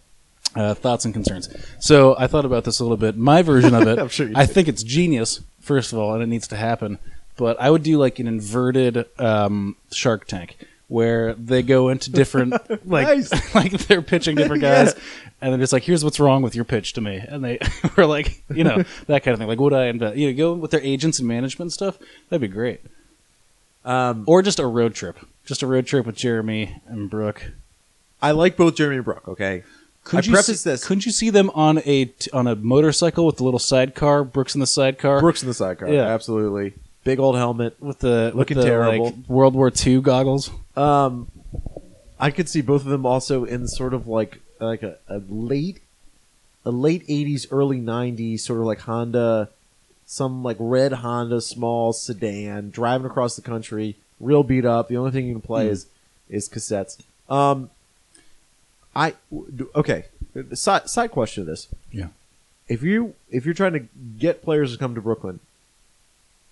B: Uh, thoughts and concerns. So I thought about this a little bit. My version of it,
A: I'm sure you
B: I think it's genius, first of all, and it needs to happen. But I would do like an inverted um, Shark Tank where they go into different like
A: Nice.
B: like they're pitching different
A: Yeah.
B: guys, and they're just like, "Here's what's wrong with your pitch to me," and they were like, you know, that kind of thing. Like, would I invest? You know, go with their agents and management and stuff. That'd be great.
A: Um,
B: Or just a road trip, just a road trip with Jeremy and Brooke.
A: I like both Jeremy and Brooke. Okay. I preface
B: see,
A: this.
B: Couldn't you see them on a t- on a motorcycle with the little sidecar? Brooks in the sidecar
A: Brooks in the sidecar.
B: Yeah.
A: Absolutely. Big old helmet.
B: with the
A: Looking
B: with the,
A: terrible.
B: like, World War II goggles.
A: Um, I could see both of them also in sort of like like a, a late, a late eighties, early nineties sort of like Honda, some like red Honda small sedan driving across the country, real beat up. The only thing you can play is is cassettes. Um, I w- do- okay. Side side question to this:
B: Yeah.
A: if you if you're trying to get players to come to Brooklyn,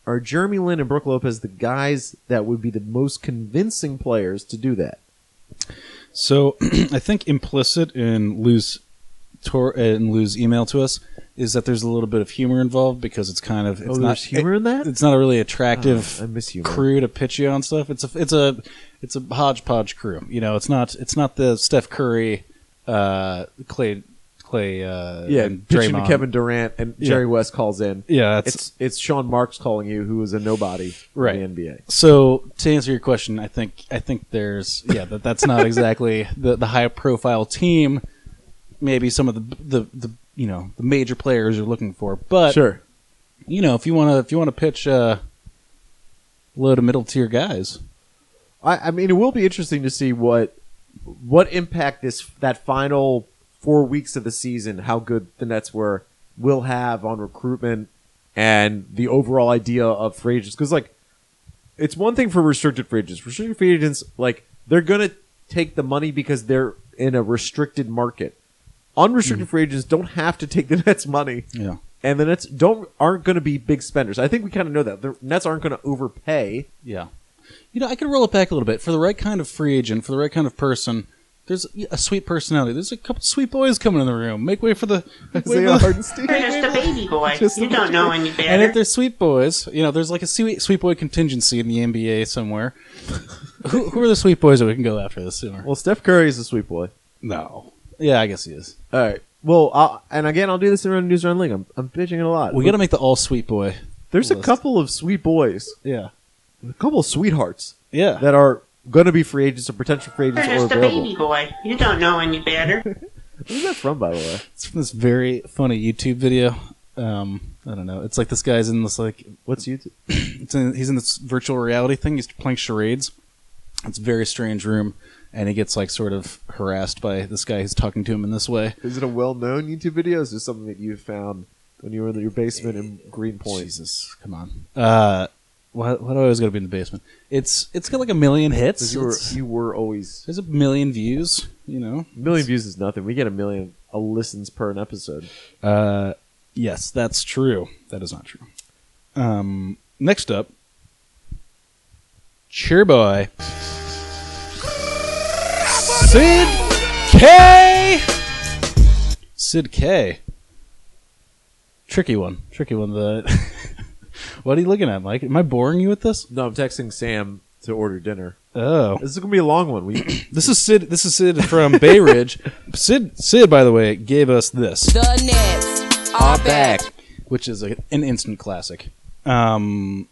A: are Jeremy Lin and Brooke Lopez the guys that would be the most convincing players to do that?
B: So I think implicit in Lou's tour in Lou's email to us is that there's a little bit of humor involved because it's kind of it's
A: oh,
B: not
A: there's humor in that.
B: it's not a really attractive
A: Oh, I miss humor.
B: crew to pitch you on stuff. It's a it's a it's a hodgepodge crew. You know, it's not it's not the Steph Curry, uh, Clay Clay, uh,
A: yeah,
B: and
A: pitching to
B: Draymond.
A: Kevin Durant and Jerry West calls in.
B: Yeah, that's,
A: It's it's Sean Marks calling you, who is a nobody
B: Right.
A: in the NBA.
B: So to answer your question, I think I think there's yeah that that's not exactly the the high profile team. Maybe some of the the, the you know the major players you're looking for, but
A: sure,
B: you know if you want to if you want to pitch uh, low to middle tier guys,
A: I, I mean it will be interesting to see what what impact this that final four weeks of the season, how good the Nets were, will have on recruitment and the overall idea of free agents. Because like, it's one thing for restricted free agents. Restricted free agents, like they're gonna take the money because they're in a restricted market. Unrestricted free agents don't have to take the Nets money
B: yeah,
A: and the Nets don't aren't going to be big spenders. I think we kind of know that the Nets aren't going to overpay.
B: yeah. You know I could roll it back a little bit for the right kind of free agent for the right kind of person. There's a sweet personality. There's a couple sweet boys coming in the room. Make way for the. Make way
A: They
B: for the-
A: are Steve.
C: You're just a baby boy.
A: Just a
C: you don't know any
B: And if
C: better.
B: they're sweet boys, you know, there's like a sweet, sweet boy contingency in the NBA somewhere. who, who are the sweet boys that we can go after this summer?
A: Well, Steph Curry is a sweet boy.
B: no. Yeah, I guess he is.
A: All right, Well, I'll, and again, I'll do this in Run News Run League. I'm, I'm pitching it a lot.
B: We got to make the all sweet boy.
A: There's a
B: list.
A: couple of sweet boys,
B: Yeah.
A: a couple of sweethearts
B: Yeah.
A: that are going to be free agents or potential free
C: You're
A: agents or
C: just a baby
A: available.
C: boy. You don't know any better.
A: Who's that from, by the way?
B: It's from this very funny YouTube video. Um, I don't know. It's like this guy's in this like
A: What's YouTube?
B: it's in, he's in this virtual reality thing. He's playing charades. It's a very strange room, and he gets like sort of harassed by this guy who's talking to him in this way.
A: Is it a well-known YouTube video? Or is this something that you found when you were in your basement in Greenpoint?
B: Jesus, come on. Uh, why, why do I always got to be in the basement? It's it's got like a million hits.
A: 'Cause You were,
B: It's-
A: you were always
B: there's a million views. You know.
A: a million views is nothing. We get a million uh, listens per an episode.
B: Uh, yes, that's true. That is not true. Um, next up, Cheerboy. Sid K. Sid K. Tricky one. Tricky one. The what are you looking at, Mike? Am I boring you with this?
A: No, I'm texting Sam to order dinner.
B: Oh,
A: This is gonna be a long one. We
B: this is Sid. This is Sid from Bay Ridge. Sid. Sid, by the way, gave us this.
D: The Nets are back.
B: which is a, an instant classic. Um,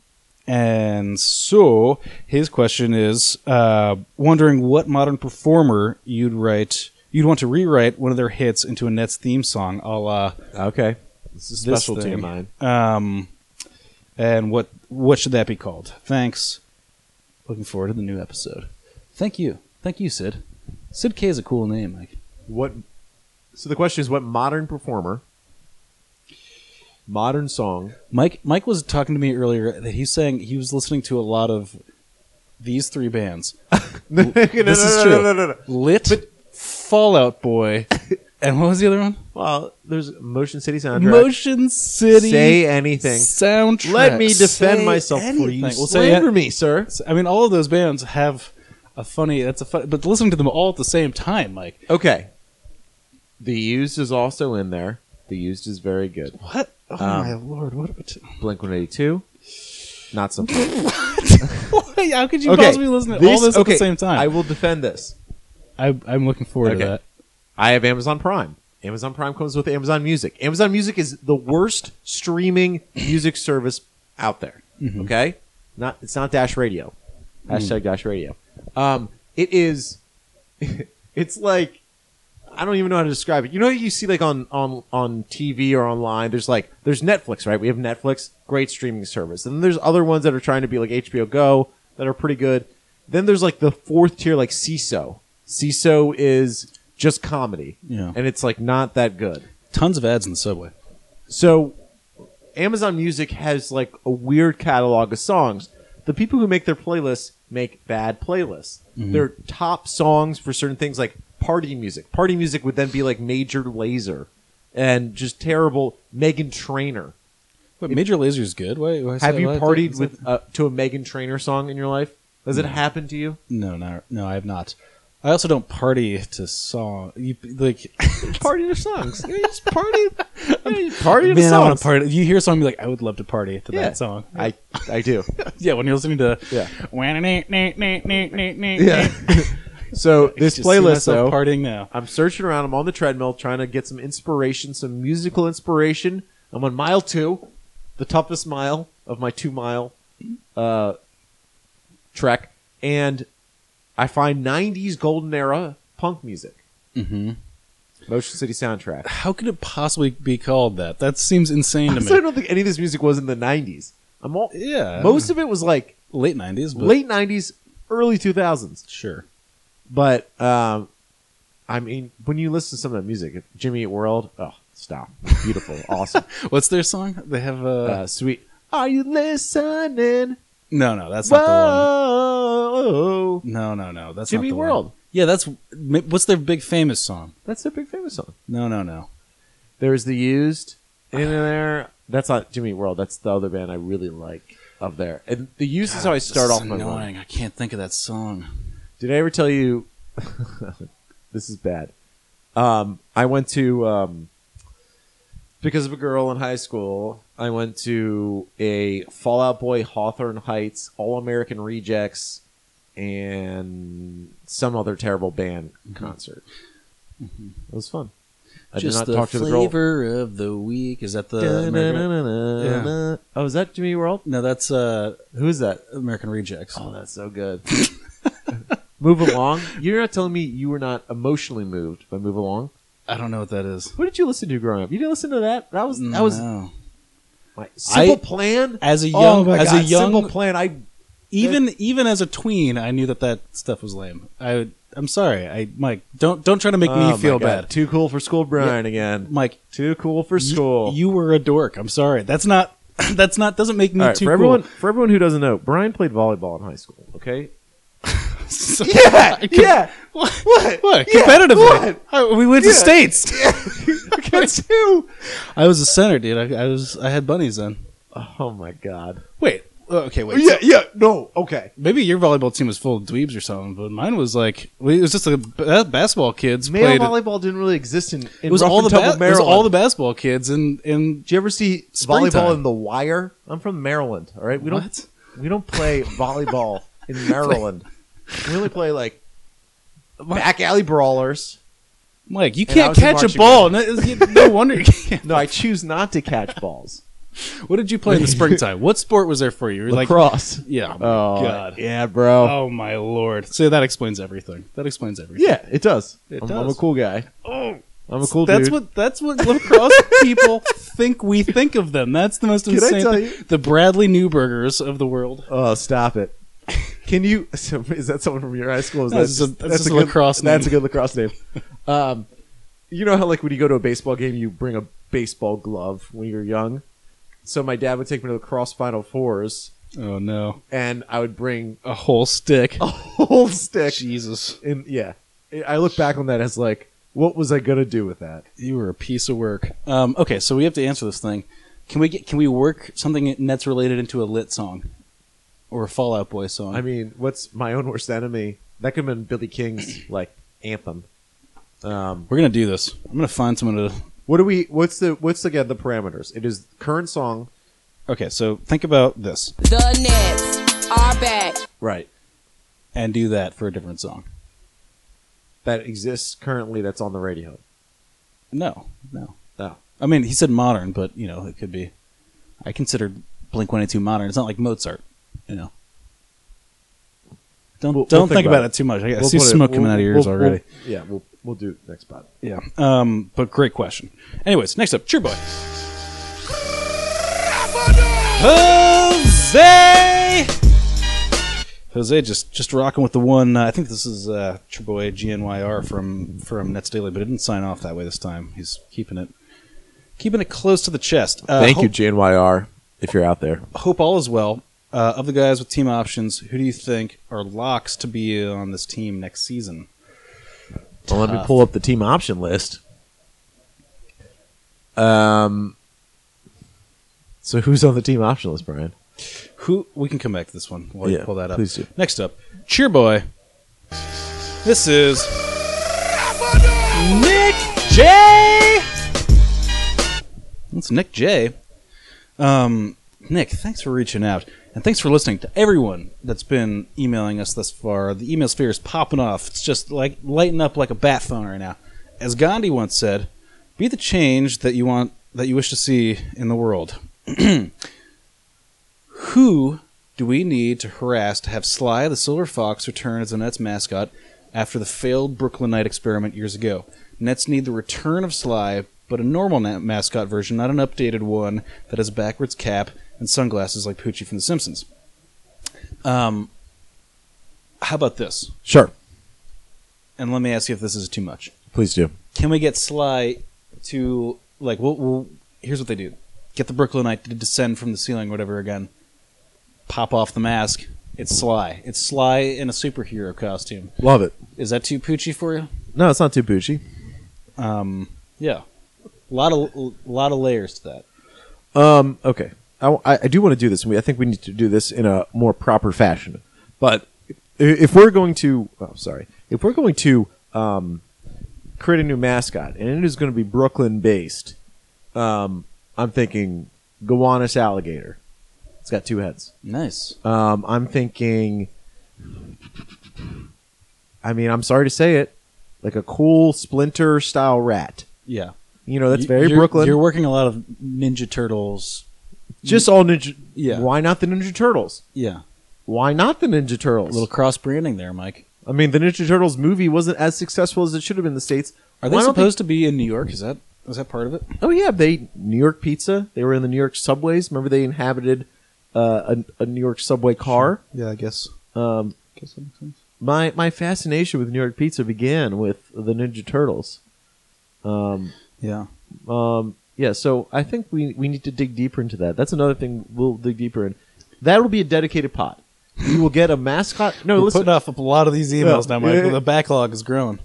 B: and so his question is uh, wondering what modern performer you'd write, you'd want to rewrite one of their hits into a Nets theme song, a la
A: okay. This is
B: this
A: specialty
B: thing.
A: of mine.
B: Um, and what what should that be called? Thanks. Looking forward to the new episode. Thank you, thank you, Sid. Sid K is a cool name, Mike.
A: What? So the question is, what modern performer, modern song?
B: Mike Mike was talking to me earlier that he's saying he was listening to a lot of these three bands.
A: no, this
B: this is true. Lit, Fallout Boy, and what was the other one?
A: Well, there's Motion City soundtrack.
B: Motion City.
A: Say anything.
B: Soundtrack.
A: Let me defend
B: Say
A: myself for
B: anything.
A: you.
B: Well, say
A: Slander
B: it-
A: me, sir.
B: I mean, all of those bands have a funny. That's a fun, but listening to them all at the same time, Mike.
A: Okay. The used is also in there. The used is very good.
B: What? Oh
A: Um,
B: my lord! What? What?
A: Blink One Eighty Two. Not something.
B: Why- How could you possibly listen to all this at the same
A: I
B: time?
A: will defend this.
B: I, am looking forward
A: Okay.
B: to that.
A: I have Amazon Prime. Amazon Prime comes with Amazon Music. Amazon Music is the worst streaming music service out there. Okay, not it's not Dash Radio, hashtag Dash Radio. Um, it is, it's like I don't even know how to describe it. You know, what you see like on on on TV or online. There's like there's Netflix, right? We have Netflix, great streaming service, and then there's other ones that are trying to be like HBO Go that are pretty good. Then there's like the fourth tier, like CISO. CISO is just comedy,
B: Yeah.
A: and it's like not that good.
B: Tons of ads in the subway.
A: So Amazon Music has like a weird catalog of songs. The people who make their playlists make bad playlists.
B: Mm-hmm.
A: They're top songs for certain things like party music. Party music would then be like Major Laser and just terrible Megan Trainer.
B: But Major Laser is good. Why, why is
A: Have
B: that-
A: you
B: why-
A: partied
B: is
A: with uh, to a Megan Trainer song in your life? Has it happened to you?
B: No, no, no. I have not. I also don't party to song. You like
A: Party to songs. You just party. you party to
B: Man, I want
A: songs.
B: to party. You hear a song, be like, I would love to party to
A: Yeah.
B: that song.
A: I I do.
B: yeah, when you're listening to
A: Yeah.
B: yeah,
A: So this playlist though.
B: partying now.
A: I'm searching around. I'm on the treadmill trying to get some inspiration, some musical inspiration. I'm on mile two, the toughest mile of my two mile uh, trek, and I find 90s golden era punk music. Mm-hmm. Motion City soundtrack.
B: How could it possibly be called that? That seems insane to
A: So I
B: me.
A: don't think any of this music was in the 90s. I'm all,
B: Yeah,
A: most of it was like
B: late '90s, but
A: late 90s, early 2000s.
B: Sure.
A: But um, I mean, when you listen to some of that music, Jimmy Eat World, oh, stop, beautiful, awesome,
B: What's their song? They have uh,
A: uh, sweet. Are you listening?
B: no, no, that's not the one.
A: Whoa,
B: No, no, no, that's
A: Jimmy
B: not
A: Eat
B: the
A: World.
B: One. Yeah, that's what's their big famous song?
A: That's their big famous song.
B: No, no, no.
A: There's the used in there. That's not Jimmy Eat World. That's the other band I really like of there. And the used is how I start
B: This
A: off
B: is
A: my morning.
B: annoying. I can't think of that song.
A: Did I ever tell you? this is bad. Um, I went to um, because of a girl in high school. I went to a Fallout Boy Hawthorne Heights All American Rejects Mm-hmm. and some other terrible band concert. It was fun. I did
B: Just
A: not
B: the
A: talk to Mm-hmm. the girl.
B: flavor of the week. Is that the American?
A: Da-na-na-na-na. Oh, is that Jimmy World?
B: No, that's uh,
A: Who is that?
B: American Rejects.
A: Oh, that's so good. Move along. You're not telling me you were not emotionally moved by Move Along.
B: I don't know what that is.
A: What did you listen to growing up? You didn't listen to that. That was that was
B: No.
A: my simple
B: I-
A: plan.
B: as a
A: oh
B: young
A: my
B: as
A: God,
B: a young
A: simple plan. I
B: even even as a tween, I knew that that stuff was lame. I I'm sorry, I Mike. Don't don't try to make
A: Oh my
B: me feel
A: God.
B: bad,
A: Too cool for school, Brian again.
B: Mike.
A: Too cool for school.
B: You, you were a dork. I'm sorry. That's not that's not doesn't make me
A: All right,
B: too
A: for
B: cool.
A: everyone for everyone who doesn't know, Brian played volleyball in high school. Okay.
B: So-
A: Yeah, yeah.
B: What?
A: What?
B: What?
A: Yeah,
B: Competitively,
A: what?
B: I- we went
A: Yeah.
B: to states.
A: Against who?
B: I was a center, dude. I, I was I had bunnies then.
A: Oh my god.
B: Wait. Oh, Okay. Wait.
A: Oh, Yeah, yeah. No. Okay.
B: Maybe your volleyball team was full of dweebs or something, but mine was like well, it was just the ba- basketball kids
A: Male
B: played.
A: volleyball didn't really exist in, in
B: it was
A: Rough
B: all
A: and
B: the
A: Tumble,
B: ba- it was
A: Maryland.
B: all the basketball kids and and
A: Did you ever see volleyball
B: Springtime.
A: in The Wire? I'm from Maryland. All right, we don't
B: What?
A: we don't play volleyball in Maryland. We only play like back alley brawlers.
B: Mike, you
A: And I
B: can't
A: was in
B: catch a
A: marching
B: ball. No, it's- no wonder you can't.
A: No, I choose not to catch balls.
B: What did you play in the springtime? What sport was there for you? You were like,
A: Lacrosse.
B: yeah.
A: oh
B: God.
A: yeah, bro.
B: Oh my lord. So that explains everything. That explains everything.
A: Yeah, it does.
B: It
A: I'm,
B: does.
A: I'm a cool guy. Oh, I'm a cool
B: that's
A: dude.
B: what that's what lacrosse people think we think of them. That's the most
A: I
B: insane.
A: tell
B: thing.
A: you?
B: The Bradley Newburgers of the world.
A: Oh, stop it. Can you? So is that someone from your high school? Is
B: No,
A: that
B: it's just a- it's just a
A: good,
B: lacrosse name.
A: That's a good lacrosse name. Um, you know how like when you go to a baseball game, you bring a baseball glove when you're young. So my dad would take me to the cross final fours,
B: Oh no,
A: and I would bring
B: a whole stick.
A: a whole stick.
B: Jesus,
A: And yeah, I look back on that as like, what was I gonna do with that?
B: you were a piece of work. Um, okay, so we have to answer this thing. Can we get? Can we work something that's related into a lit song or a Fallout Boy song?
A: I mean, what's my own worst enemy? That could have been Billy King's like anthem. Um,
B: We're gonna do this. I'm gonna find someone to.
A: what do we? What's the? What's again the parameters? It is current song.
B: Okay, so think about this
D: The Nets are back.
A: Right.
B: and do that for a different song.
A: that exists currently that's on the radio.
B: No, no.
A: No.
B: I mean, he said modern, but you know, it could be. I considered Blink One Eight Two modern. It's not like Mozart, you know. Don't
A: We'll-
B: don't
A: we'll
B: think, about it. too much. I, I see smoke coming out of your ears already.
A: yeah, we'll we'll do it next spot.
B: Yeah. Um, but great question. Anyways, next up, Cheer Boy. Jose. Jose just just rocking with the one. Uh, I think this is uh, Cheer Boy GNYR from from Nets Daily, but it didn't sign off that way this time. He's keeping it keeping it close to the chest. Uh,
A: Thank
B: hope,
A: you, JNYR, if you're out there.
B: Hope all is well. Uh, of the guys with team options, who do you think are locks to be on this team next season?
A: Well, let me
B: Tough.
A: pull up the team option list. Um, so who's on the team option list, Brian?
B: Who we can come back to this one while
A: Yeah,
B: you pull that up.
A: please do.
B: Next up, Cheer Boy. This is Nick J. It's Nick J. Um, Nick, thanks for reaching out. And thanks for listening to everyone that's been emailing us thus far. The email sphere is popping off. It's just like lighting up like a bat phone right now. As Gandhi once said, be the change that you want that you wish to see in the world. Who do we need to harass to have Sly the Silver Fox return as the Nets mascot after the failed Brooklyn Night experiment years ago? Nets need the return of Sly, but a normal na- mascot version, not an updated one that has a backwards cap and sunglasses like Poochie from The Simpsons. Um, how about this?
A: Sure,
B: And let me ask you if this is too much
A: please do.
B: can we get Sly to like? We'll, we'll here's what they do: get the Brooklynite to descend from the ceiling, or whatever. Again, pop off the mask. It's Sly. It's Sly in a superhero costume.
A: Love it.
B: Is that too poochy for you?
A: No, it's not too bougie.
B: Um, yeah, a lot of a lot of layers to that.
A: Um, okay. I, w- I- I do want to do this, and we, I think we need to do this in a more proper fashion. But i- if we're going to, oh, sorry, if we're going to um, create a new mascot, and it is going to be Brooklyn based, um, I'm thinking Gowanus alligator. It's got two heads.
B: Nice.
A: Um, I'm thinking. I mean, I'm sorry to say it, like a cool splinter style rat.
B: Yeah.
A: You know, that's
B: You-
A: very
B: you're-
A: Brooklyn.
B: You're working a lot of Ninja Turtles.
A: Just all Ninja.
B: Yeah.
A: Why not the Ninja Turtles?
B: Yeah,
A: Why not the Ninja
B: a
A: Turtles?
B: little cross branding there, Mike.
A: I mean, the Ninja Turtles movie wasn't as successful as it should have been in the states.
B: Are they
A: Why don't
B: supposed to be in New York? Is that is that part of it?
A: Oh yeah, they New York pizza. They were in the New York subways. Remember, they inhabited uh, a, a New York subway car.
B: Yeah, I guess.
A: Um,
B: guess that makes sense.
A: my my fascination with New York pizza began with the Ninja Turtles. Um,
B: Yeah,
A: um, yeah, so I think we we need to dig deeper into that. That's another thing we'll dig deeper in. That will be a dedicated pot. We will get a mascot. No,
B: we're
A: listen.
B: putting off a lot of these emails now,
A: Yeah.
B: Mike.
A: Yeah.
B: The backlog is growing.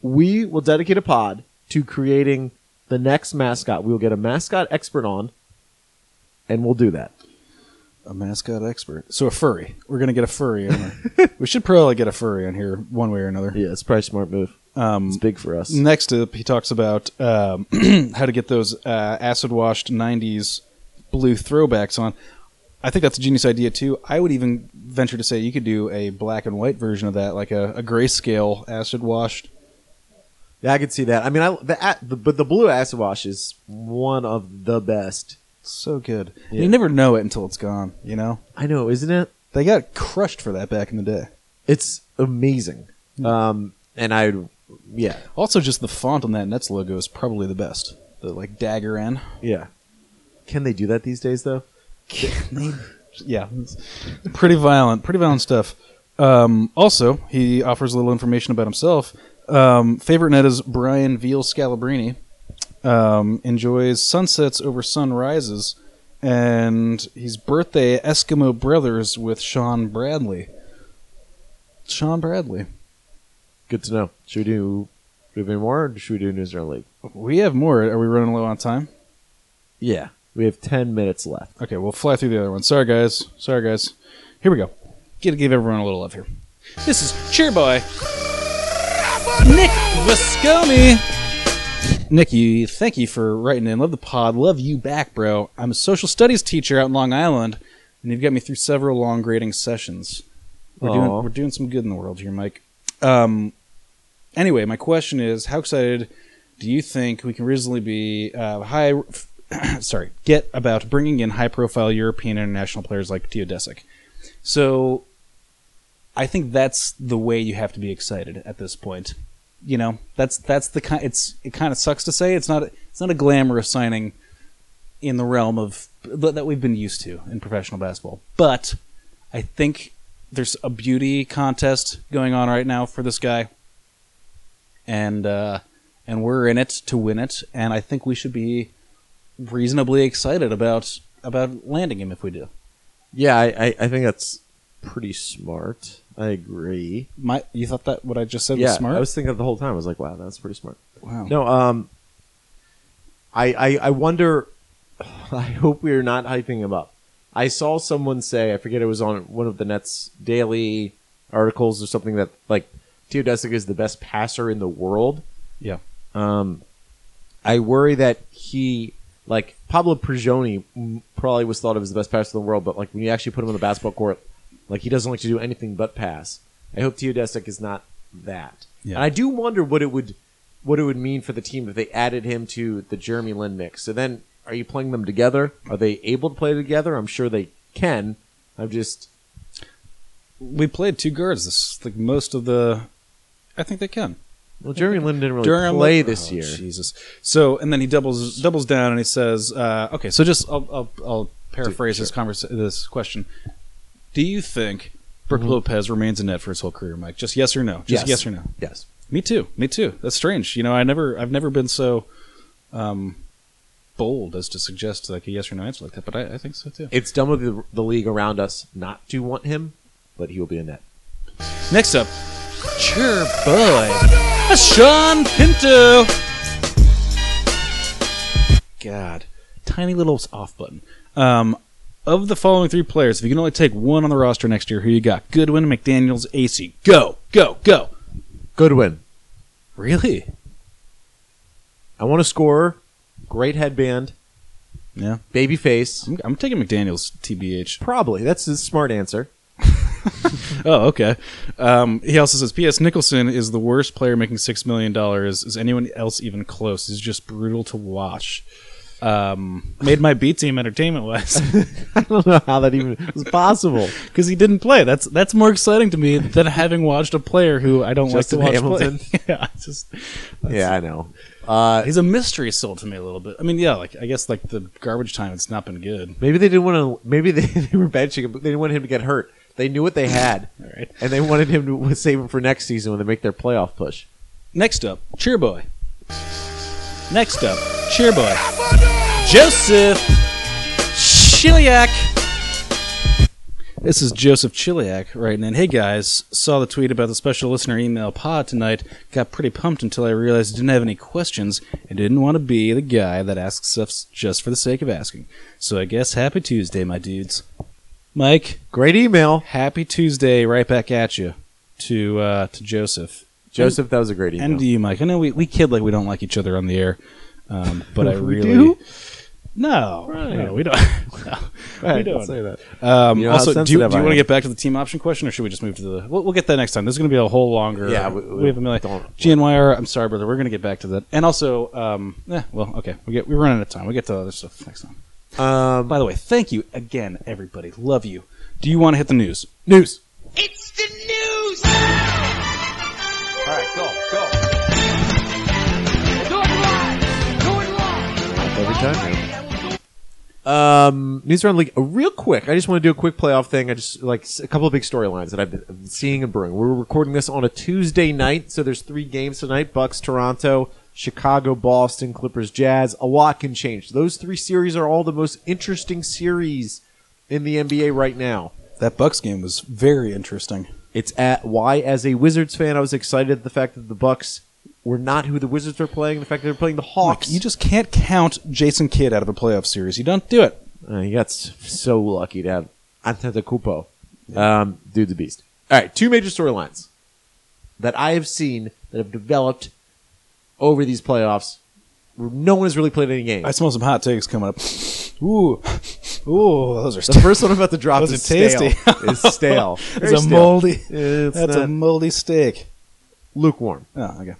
A: we will dedicate a pod to creating the next mascot. We will get a mascot expert on, and we'll do that.
B: A mascot expert. So a furry. We're gonna get a furry. On here. we should probably get a furry on here one way or another.
A: Yeah, it's probably a smart move.
B: Um,
A: It's big for us.
B: Next up, he talks about um, how to get those uh, acid washed 90s blue throwbacks on. I think that's a genius idea, too. I would even venture to say you could do a black and white version of that, like a, a grayscale acid washed.
A: Yeah, I could see that. I mean, I the, a- the but the blue acid wash is one of the best.
B: So good.
A: Yeah.
B: You never know it until it's gone, you know?
A: I know, isn't it?
B: They got crushed for that back in the day.
A: It's amazing. Um, and I, yeah,
B: Also, just the font on that Nets logo is probably the best. The, like, dagger N.
A: yeah. Can they do that these days though?
B: yeah, it's pretty violent, pretty violent stuff. Um, also, he offers a little information about himself. Um, favorite net is Brian Veal Scalabrini. Um, enjoys sunsets over sunrises, and his birthday Eskimo brothers with Sean Bradley. Sean Bradley.
A: Good to know. Should we do, should we do any more, or should we do News in Our League?
B: We have more. Are we running low on time?
A: Yeah, we have ten minutes left.
B: Okay, we'll fly through the other one. Sorry, guys. Sorry, guys. Here we go. Gotta give everyone a little love here. This is Cheerboy Nick Viscomi. Nick, you thank you for writing in. Love the pod. Love you back, bro. I'm a social studies teacher out in Long Island, and you've got me through several long grading sessions. We're
A: Aw.
B: doing, we're doing some good in the world here, Mike. Um, anyway, my question is, how excited do you think we can reasonably be uh, high? sorry, get about bringing in high-profile European international players like Teodesic. So, I think that's the way you have to be excited at this point. You know, that's that's the kind. It's it kind of sucks to say it's not it's not a glamorous signing in the realm of that that we've been used to in professional basketball, but I think there's a beauty contest going on right now for this guy, and uh, and we're in it to win it. And I think we should be reasonably excited about about landing him if we do.
A: Yeah, I, I, I think that's pretty smart. I agree.
B: My, you thought that what I just said
A: yeah,
B: was smart?
A: I was thinking of the whole time. I was like, wow, that's pretty smart.
B: wow.
A: No, um, I, I I wonder. I hope we are not hyping him up. I saw someone say I forget it was on one of the Nets daily articles or something that like Teodosic is the best passer in the world.
B: Yeah.
A: Um, I worry that he like Pablo Prigioni m- probably was thought of as the best passer in the world, but like when you actually put him on the basketball court, like he doesn't like to do anything but pass. I hope Teodosic is not that.
B: Yeah.
A: And I do wonder what it would what it would mean for the team if they added him to the Jeremy Lin mix. So then, are you playing them together? Are they able to play together? I'm sure they can. I'm just
B: We played two guards. This is like most of the. I think they can.
A: well, Jeremy Lin didn't really play this
B: oh,
A: year.
B: Jesus. So and then he doubles doubles down and he says, uh, "Okay, so just I'll I'll, I'll paraphrase this convers- this question. Do you think Brooke Lopez remains in net for his whole career, Mike? Just yes or no. Just
A: Yes.
B: yes or no.
A: Yes.
B: Me too. Me too. That's strange. You know, I never I've never been so um, bold as to suggest like a yes or no answer like that, but I, I think so too.
A: It's dumb of the, the league around us not to want him, but he will be in that.
B: Next up, sure boy, Sean Pinto. God, tiny little off button. Um, of the following three players, if you can only take one on the roster next year, who you got? Goodwin, McDaniel's, AC. Go, go, go.
A: Goodwin.
B: Really?
A: I want a scorer. Great headband.
B: Yeah.
A: Baby face.
B: I'm, I'm taking McDaniel's, tbh.
A: Probably. That's a smart answer.
B: Oh, okay. Um, he also says, P.S. Nicholson is the worst player making six million dollars. Is anyone else even close? He's just brutal to watch. Um, made my B team entertainment wise
A: I don't know how that even is possible.
B: because he didn't play. That's that's more exciting to me than having watched a player who I don't
A: Justin
B: like to watch
A: Hamilton?
B: play. yeah, I just
A: yeah, I know. Uh,
B: he's a mystery still to me a little bit. I mean, yeah, like I guess like the garbage time, it's not been good.
A: maybe they didn't want to. Maybe they, they were benching him, but they didn't want him to get hurt. They knew what they had,
B: All right.
A: and they wanted him to save him for next season when they make their playoff push.
B: Next up, Cheerboy. Next up, Cheerboy. Joseph Chiliak. This is Joseph Chiliak writing in. Hey guys, saw the tweet about the special listener email pod tonight. Got pretty pumped until I realized I didn't have any questions and didn't want to be the guy that asks stuff just for the sake of asking. So I guess happy Tuesday, my dudes. Mike,
A: Great email,
B: happy Tuesday right back at you to uh, to Joseph.
A: Joseph. That was a great email.
B: And to you, Mike. I know we, we kid like we don't like each other on the air, um, but I
A: We
B: really
A: do?
B: No, no, we don't. no, we don't.
A: say that.
B: Um,
A: You know how
B: also, do you,
A: sensitive
B: do
A: I
B: you want
A: am.
B: to get back to the team option question, or should we just move to the? We'll, we'll get that next time. This is going to be a whole longer.
A: Yeah,
B: we,
A: we-
B: have a million.
A: don't-
B: GNYR, I'm sorry, brother. We're going to get back to that. And also, um, eh, well, okay, we get we're running out of time. We will get to other stuff next time.
A: Um,
B: By the way, thank you again, everybody. Love you. Do you want to hit the news?
A: news.
C: It's the news!
A: Every time. Um, news around the league. Uh, Real quick, I just want to do a quick playoff thing. I just like s- a couple of big storylines that I've been- been seeing and brewing. We're recording this on a Tuesday night, so there's three games tonight: Bucks, Toronto, Chicago, Boston, Clippers, Jazz. A lot can change. Those three series are all the most interesting series in the NBA right now.
B: That Bucks game was very interesting.
A: It's at why, as a Wizards fan, I was excited at the fact that the Bucks were not who the Wizards were playing. The fact that they're playing the
B: Look,
A: Hawks.
B: you just can't count Jason Kidd out of a playoff series. You don't do it.
A: Uh, he got s- so lucky to have Antetokounmpo, um, dude, the beast. All right, two major storylines that I have seen that have developed over these playoffs. No one has really played any games.
B: I smell some hot takes coming up. Ooh, ooh, those are
A: the first one I'm about to drop
B: Those
A: is
B: are tasty.
A: stale. Is stale.
B: It's
A: Very
B: a
A: stale.
B: moldy.
A: It's
B: that's a
A: not-
B: moldy steak.
A: lukewarm.
B: Oh, okay.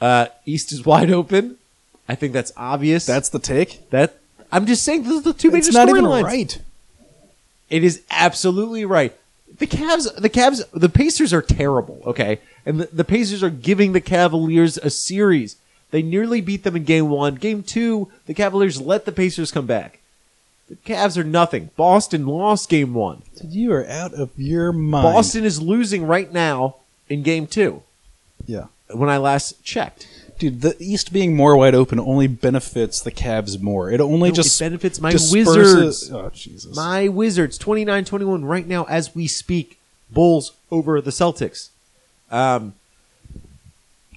A: Uh, East is wide open. I think that's obvious.
B: That's the take.
A: that. I'm just saying those are the two
B: It's
A: major
B: not even
A: storylines.
B: right.
A: It is absolutely right. The Cavs, the Cavs, the Pacers are terrible. Okay, and the, the Pacers are giving the Cavaliers a series. They nearly beat them in Game One. Game Two, the Cavaliers let the Pacers come back. The Cavs are nothing. Boston lost Game One.
B: You are out of your mind.
A: Boston is losing right now in Game Two.
B: Yeah.
A: When I last checked,
B: Dude, the East being more wide open only benefits the Cavs more. It only
A: No,
B: just
A: it benefits my
B: disperses-
A: Wizards.
B: Oh Jesus!
A: my Wizards 29-21 right now as we speak. Bulls over the Celtics. Um,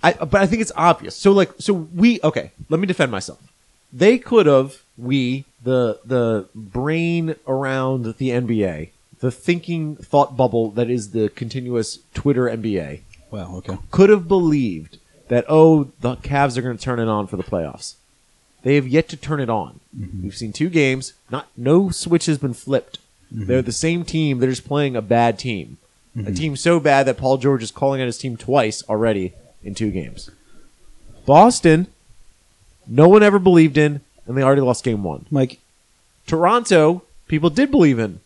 A: I, but I think it's obvious. So like, so we okay. Let me defend myself. They could have we the the brain around the NBA, the thinking thought bubble that is the continuous Twitter NBA,
B: wow. Okay.
A: could have believed that oh the Cavs are going to turn it on for the playoffs. They have yet to turn it on.
B: Mm-hmm.
A: We've seen two games. Not no switch has been flipped.
B: Mm-hmm.
A: They're the same team. They're just playing a bad team, a team so bad that Paul George is calling out his team twice already in two games. Boston, no one ever believed in, and they already lost game one.
B: Mike,
A: Toronto, people did believe in,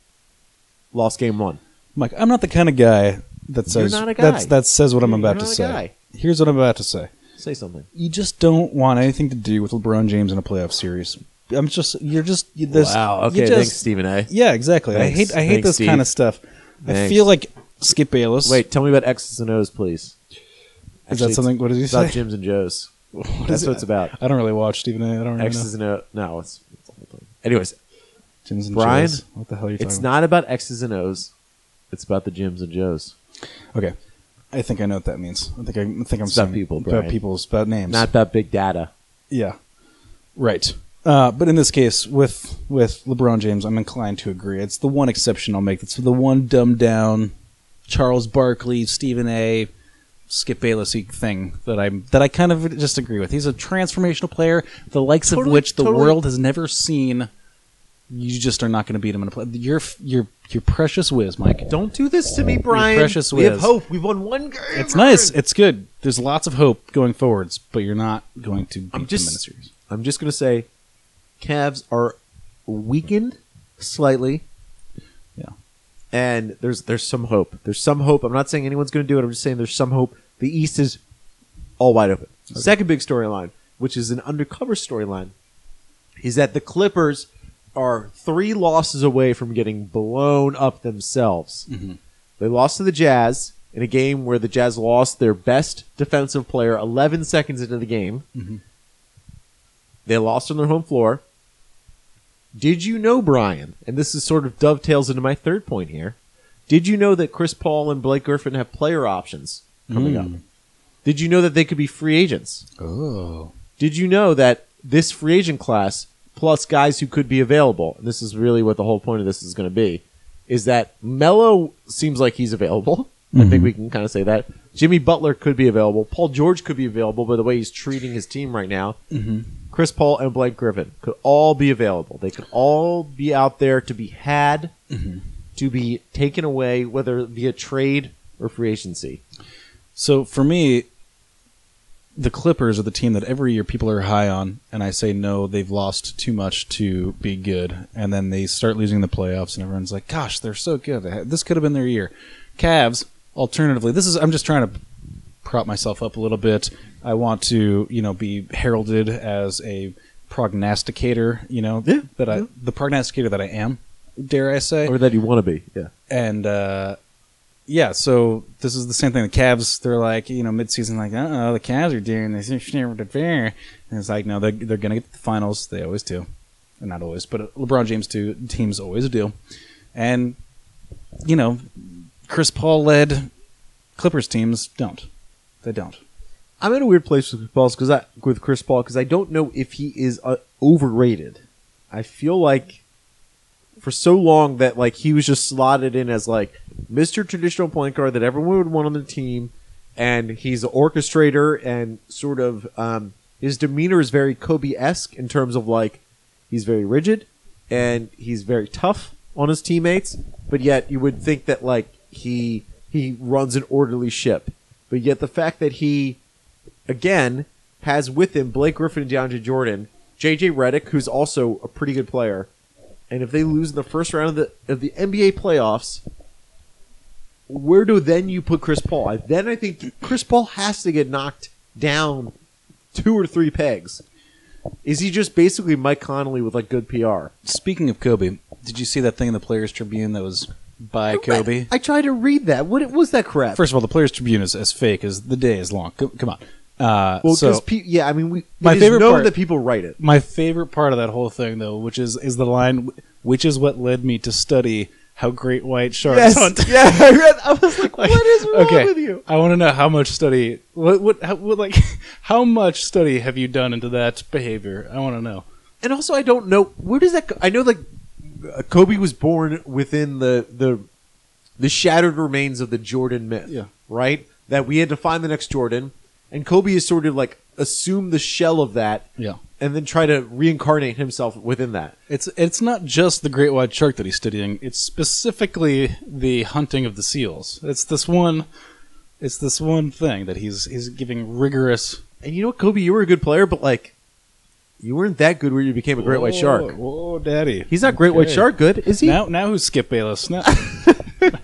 A: lost game one.
B: Mike, I'm not the kind of guy that says
A: not a guy.
B: That's, that says what I'm
A: You're
B: about to
A: not a
B: say.
A: guy.
B: Here's what I'm about to say.
A: Say something.
B: you just don't want anything to do with LeBron James in a playoff series. I'm just you're just you- this. you just-
A: Stephen A.
B: Yeah, exactly. I
A: Thanks.
B: hate I hate
A: Thanks,
B: this kind of
A: Steve.
B: stuff. I
A: Thanks.
B: feel like Skip Bayless.
A: Wait, tell me about X's and O's, please.
B: Is that something- what did you
A: it's about
B: say?
A: Jim's and Joe's.
B: What
A: That's
B: is
A: what
B: it?
A: it's about.
B: I don't really watch Stephen A. I don't really know.
A: X's and O's. No, it's, it's the whole thing. Anyways,
B: Jims and
A: Brian,
B: Joes. What the hell are you talking
A: it's
B: about?
A: not about X's and O's. It's about the Jim's and Joe's.
B: Okay. I think I know what that means. I think I, I think I'm
A: It's about
B: saying-
A: people,
B: about
A: Brian.
B: people, it's about names.
A: Not about big data.
B: Yeah. Right. Uh, but in this case, with with LeBron James, I'm inclined to agree. It's the one exception I'll make. It's the one dumbed down Charles Barkley, Stephen A. Skip Bayless thing that I that I kind of just agree with. He's a transformational player, the likes of
A: Totally,
B: which the
A: totally.
B: world has never seen you just are not going to beat them in a play. Your your your precious whiz, Mike.
A: Don't do this to me, Brian.
B: precious
A: we have
B: whiz.
A: hope. We've won one game.
B: It's nice. It's good. There's lots of hope going forwards, but you're not going to beat them
A: I'm
B: in a
A: just.
B: series.
A: I'm just gonna say, Cavs are weakened slightly.
B: Yeah.
A: And there's there's some hope. There's some hope. I'm not saying anyone's gonna do it. I'm just saying there's some hope. The East is all wide open. Second big storyline, which is an undercover storyline, is that the Clippers are three losses away from getting blown up themselves. They lost to the Jazz in a game where the Jazz lost their best defensive player 11 seconds into the game. They lost on their home floor. Did you know, Brian, and this is sort of dovetails into my third point here, did you know that Chris Paul and Blake Griffin have player options coming up? Did you know that they could be free agents?
B: Oh,
A: Did you know that this free agent class, plus guys who could be available, and this is really what the whole point of this is going to be, is that Melo seems like he's available. I think we can kind of say that. Jimmy Butler could be available. Paul George could be available by the way he's treating his team right now. Chris Paul and Blake Griffin could all be available. They could all be out there to be had, to be taken away, whether via trade or free agency.
B: so for me, the Clippers are the team that every year people are high on, and I say no, they've lost too much to be good, and then they start losing the playoffs, and everyone's like, "Gosh, they're so good. They had- This could have been their year." Cavs, alternatively, this is I'm just trying to prop myself up a little bit. I want to, you know, be heralded as a prognosticator. You know,
A: Yeah,
B: that I
A: yeah.
B: the prognosticator that I am. Dare I say?
A: Or that you want to be. Yeah.
B: and uh, yeah, so this is the same thing. The Cavs, they're like, you know, midseason, like, uh oh, the Cavs are doing this. And it's like, no, they're, they're going to get to the finals. They always do. Or not always, but LeBron James do, teams always do. And, you know, Chris Paul led Clippers teams don't. They don't.
A: I'm in a weird place with Chris Paul because I with Chris Paul because I don't know if he is uh, overrated. I feel like for so long that like he was just slotted in as like Mr. Traditional Point Guard that everyone would want on the team, and he's an orchestrator and sort of um, his demeanor is very Kobe esque in terms of like he's very rigid and he's very tough on his teammates, but yet you would think that like he he runs an orderly ship, but yet the fact that he again, has with him Blake Griffin and DeAndre Jordan, JJ Redick, who's also a pretty good player. And if they lose in the first round of the of the NBA playoffs, where do then you put Chris Paul? I, then I think Chris Paul has to get knocked down two or three pegs. Is he just basically Mike Connolly with like good PR?
B: Speaking of Kobe, did you see that thing in the Players Tribune that was by Kobe?
A: I, tried to read that. What was that crap?
B: First of all, the Players Tribune is as fake as the day is long. Co- Come on. Uh,
A: well,
B: so,
A: because pe- yeah, I mean, we
B: My
A: it is
B: favorite
A: known
B: part-
A: that people write it.
B: my favorite part of that whole thing though which is is the line which is what led me to study how great white sharks hunt
A: yeah, I read. I was like, what is wrong
B: okay
A: with you?
B: i want to know how much study what what, how, what like how much study have you done into that behavior i want to know
A: and also I don't know where does that. go- I know like uh, Kobe was born within the the the shattered remains of the Jordan myth.
B: Yeah.
A: Right. That we had to find the next Jordan, and Kobe is sort of like assume the shell of that.
B: Yeah.
A: And then try to reincarnate himself within that.
B: it's it's not just the great white shark that he's studying it's specifically the hunting of the seals it's this one it's this one thing that he's he's giving rigorous
A: And you know what, Kobe, you were a good player, but like, you weren't that good where you became a great white shark.
B: whoa daddy
A: He's not great white
B: Okay.
A: shark good, is he?
B: Now, now who's Skip Bayless? Now,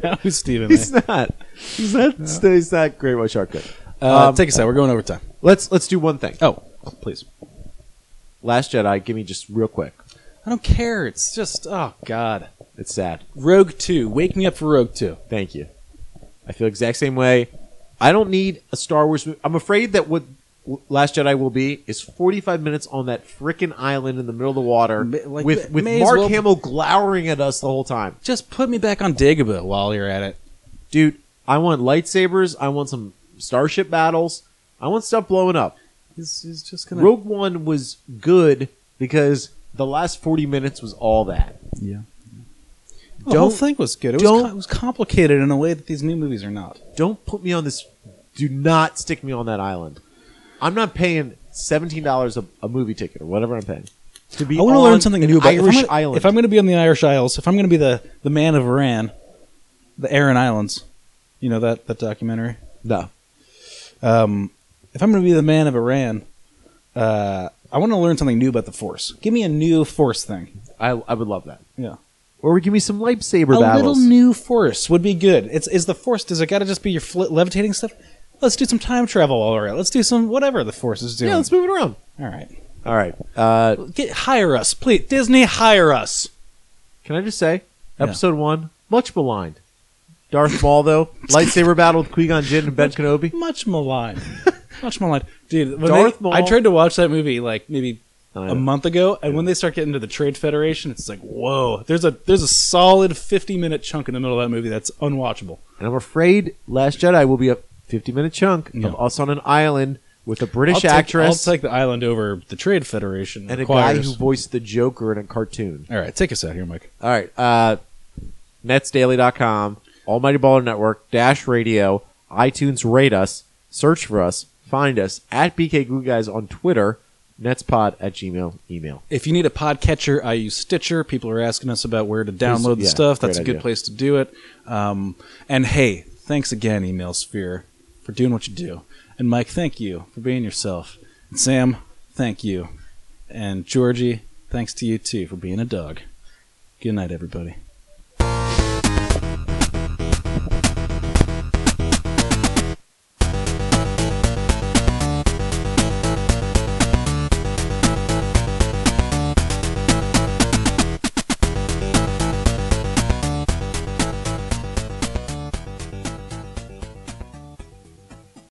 B: now who's Stephen? A?
A: He's not. He's not. He's not great white shark good.
B: Uh, take us out. We're going overtime.
A: Let's let's do one thing.
B: Oh, please.
A: Last Jedi, give me just real quick.
B: I don't care. It's just oh god.
A: It's sad.
B: Rogue Two. Wake me up for Rogue Two.
A: Thank you. I feel exact same way. I don't need a Star Wars. Movie. I'm afraid that what Last Jedi will be is 45 minutes on that frickin' island in the middle of the water
B: Ma- like,
A: with
B: ma-
A: with
B: may as
A: Mark
B: well-
A: Hamill glowering at us the whole time,
B: Just put me back on Dagobah while you're at it.
A: dude. I want lightsabers. I want some starship battles. I want stuff blowing up.
B: He's, he's just gonna.
A: Rogue One was good because the last 40 minutes was all that.
B: Yeah. The whole
A: Don't-
B: thing was good. It was,
A: don't-
B: com- it was complicated in a way that these new movies are not.
A: Don't put me on this. Do not stick me on that island. I'm not paying seventeen dollars a a movie ticket or whatever I'm paying. to be
B: I want to
A: on
B: learn something
A: an
B: new about
A: Irish
B: if I'm gonna,
A: island.
B: If I'm going to be on the Irish Isles, if I'm going to be the, the man of Iran, the Aran Islands, you know that that documentary.
A: no,
B: Um, if I'm going to be the man of Iran, uh, I want to learn something new about the Force. Give me a new Force thing.
A: I I would love that.
B: Yeah,
A: Or give me some lightsaber
B: a
A: battles.
B: little new Force would be good. It's is the Force? Does it got to just be your fl- levitating stuff? Let's do some time travel. All right, let's do some whatever the Force is doing.
A: yeah, let's move it around.
B: all right,
A: All right. Uh,
B: get hire us, please. Disney, hire us.
A: can I just say,
B: Yeah.
A: episode one, much maligned. Darth Maul though, lightsaber battle with Qui Gon Jinn and Ben Kenobi.
B: much maligned. much maligned. Dude, when
A: Darth
B: they-
A: Maul.
B: I tried to watch that movie like maybe
A: Oh, yeah.
B: a month ago, and when they start getting to the Trade Federation, it's like, whoa, there's a there's a solid fifty minute chunk in the middle of that movie that's unwatchable.
A: And I'm afraid Last Jedi will be a 50 minute chunk
B: Yeah.
A: of us on an island with a British
B: I'll take-
A: actress
B: I'll take the island over the Trade Federation
A: and a guy
B: requires-
A: who voiced the Joker in a cartoon.
B: All right, take us out here, Mike.
A: All right. Uh, NetsDaily.com, Almighty Baller Network, Dash Radio, iTunes rate us, search for us, find us at BK Glue Guys on Twitter, netspod at Gmail, email.
B: If you need a podcatcher, I use Stitcher. People are asking us about where to download the
A: yeah,
B: stuff. That's a
A: great
B: good
A: idea.
B: place to do it. Um, and hey, thanks again, Email Sphere, for doing what you do. And Mike, thank you for being yourself. And Sam, thank you. And Georgie, thanks to you too for being a dog. Good night, everybody.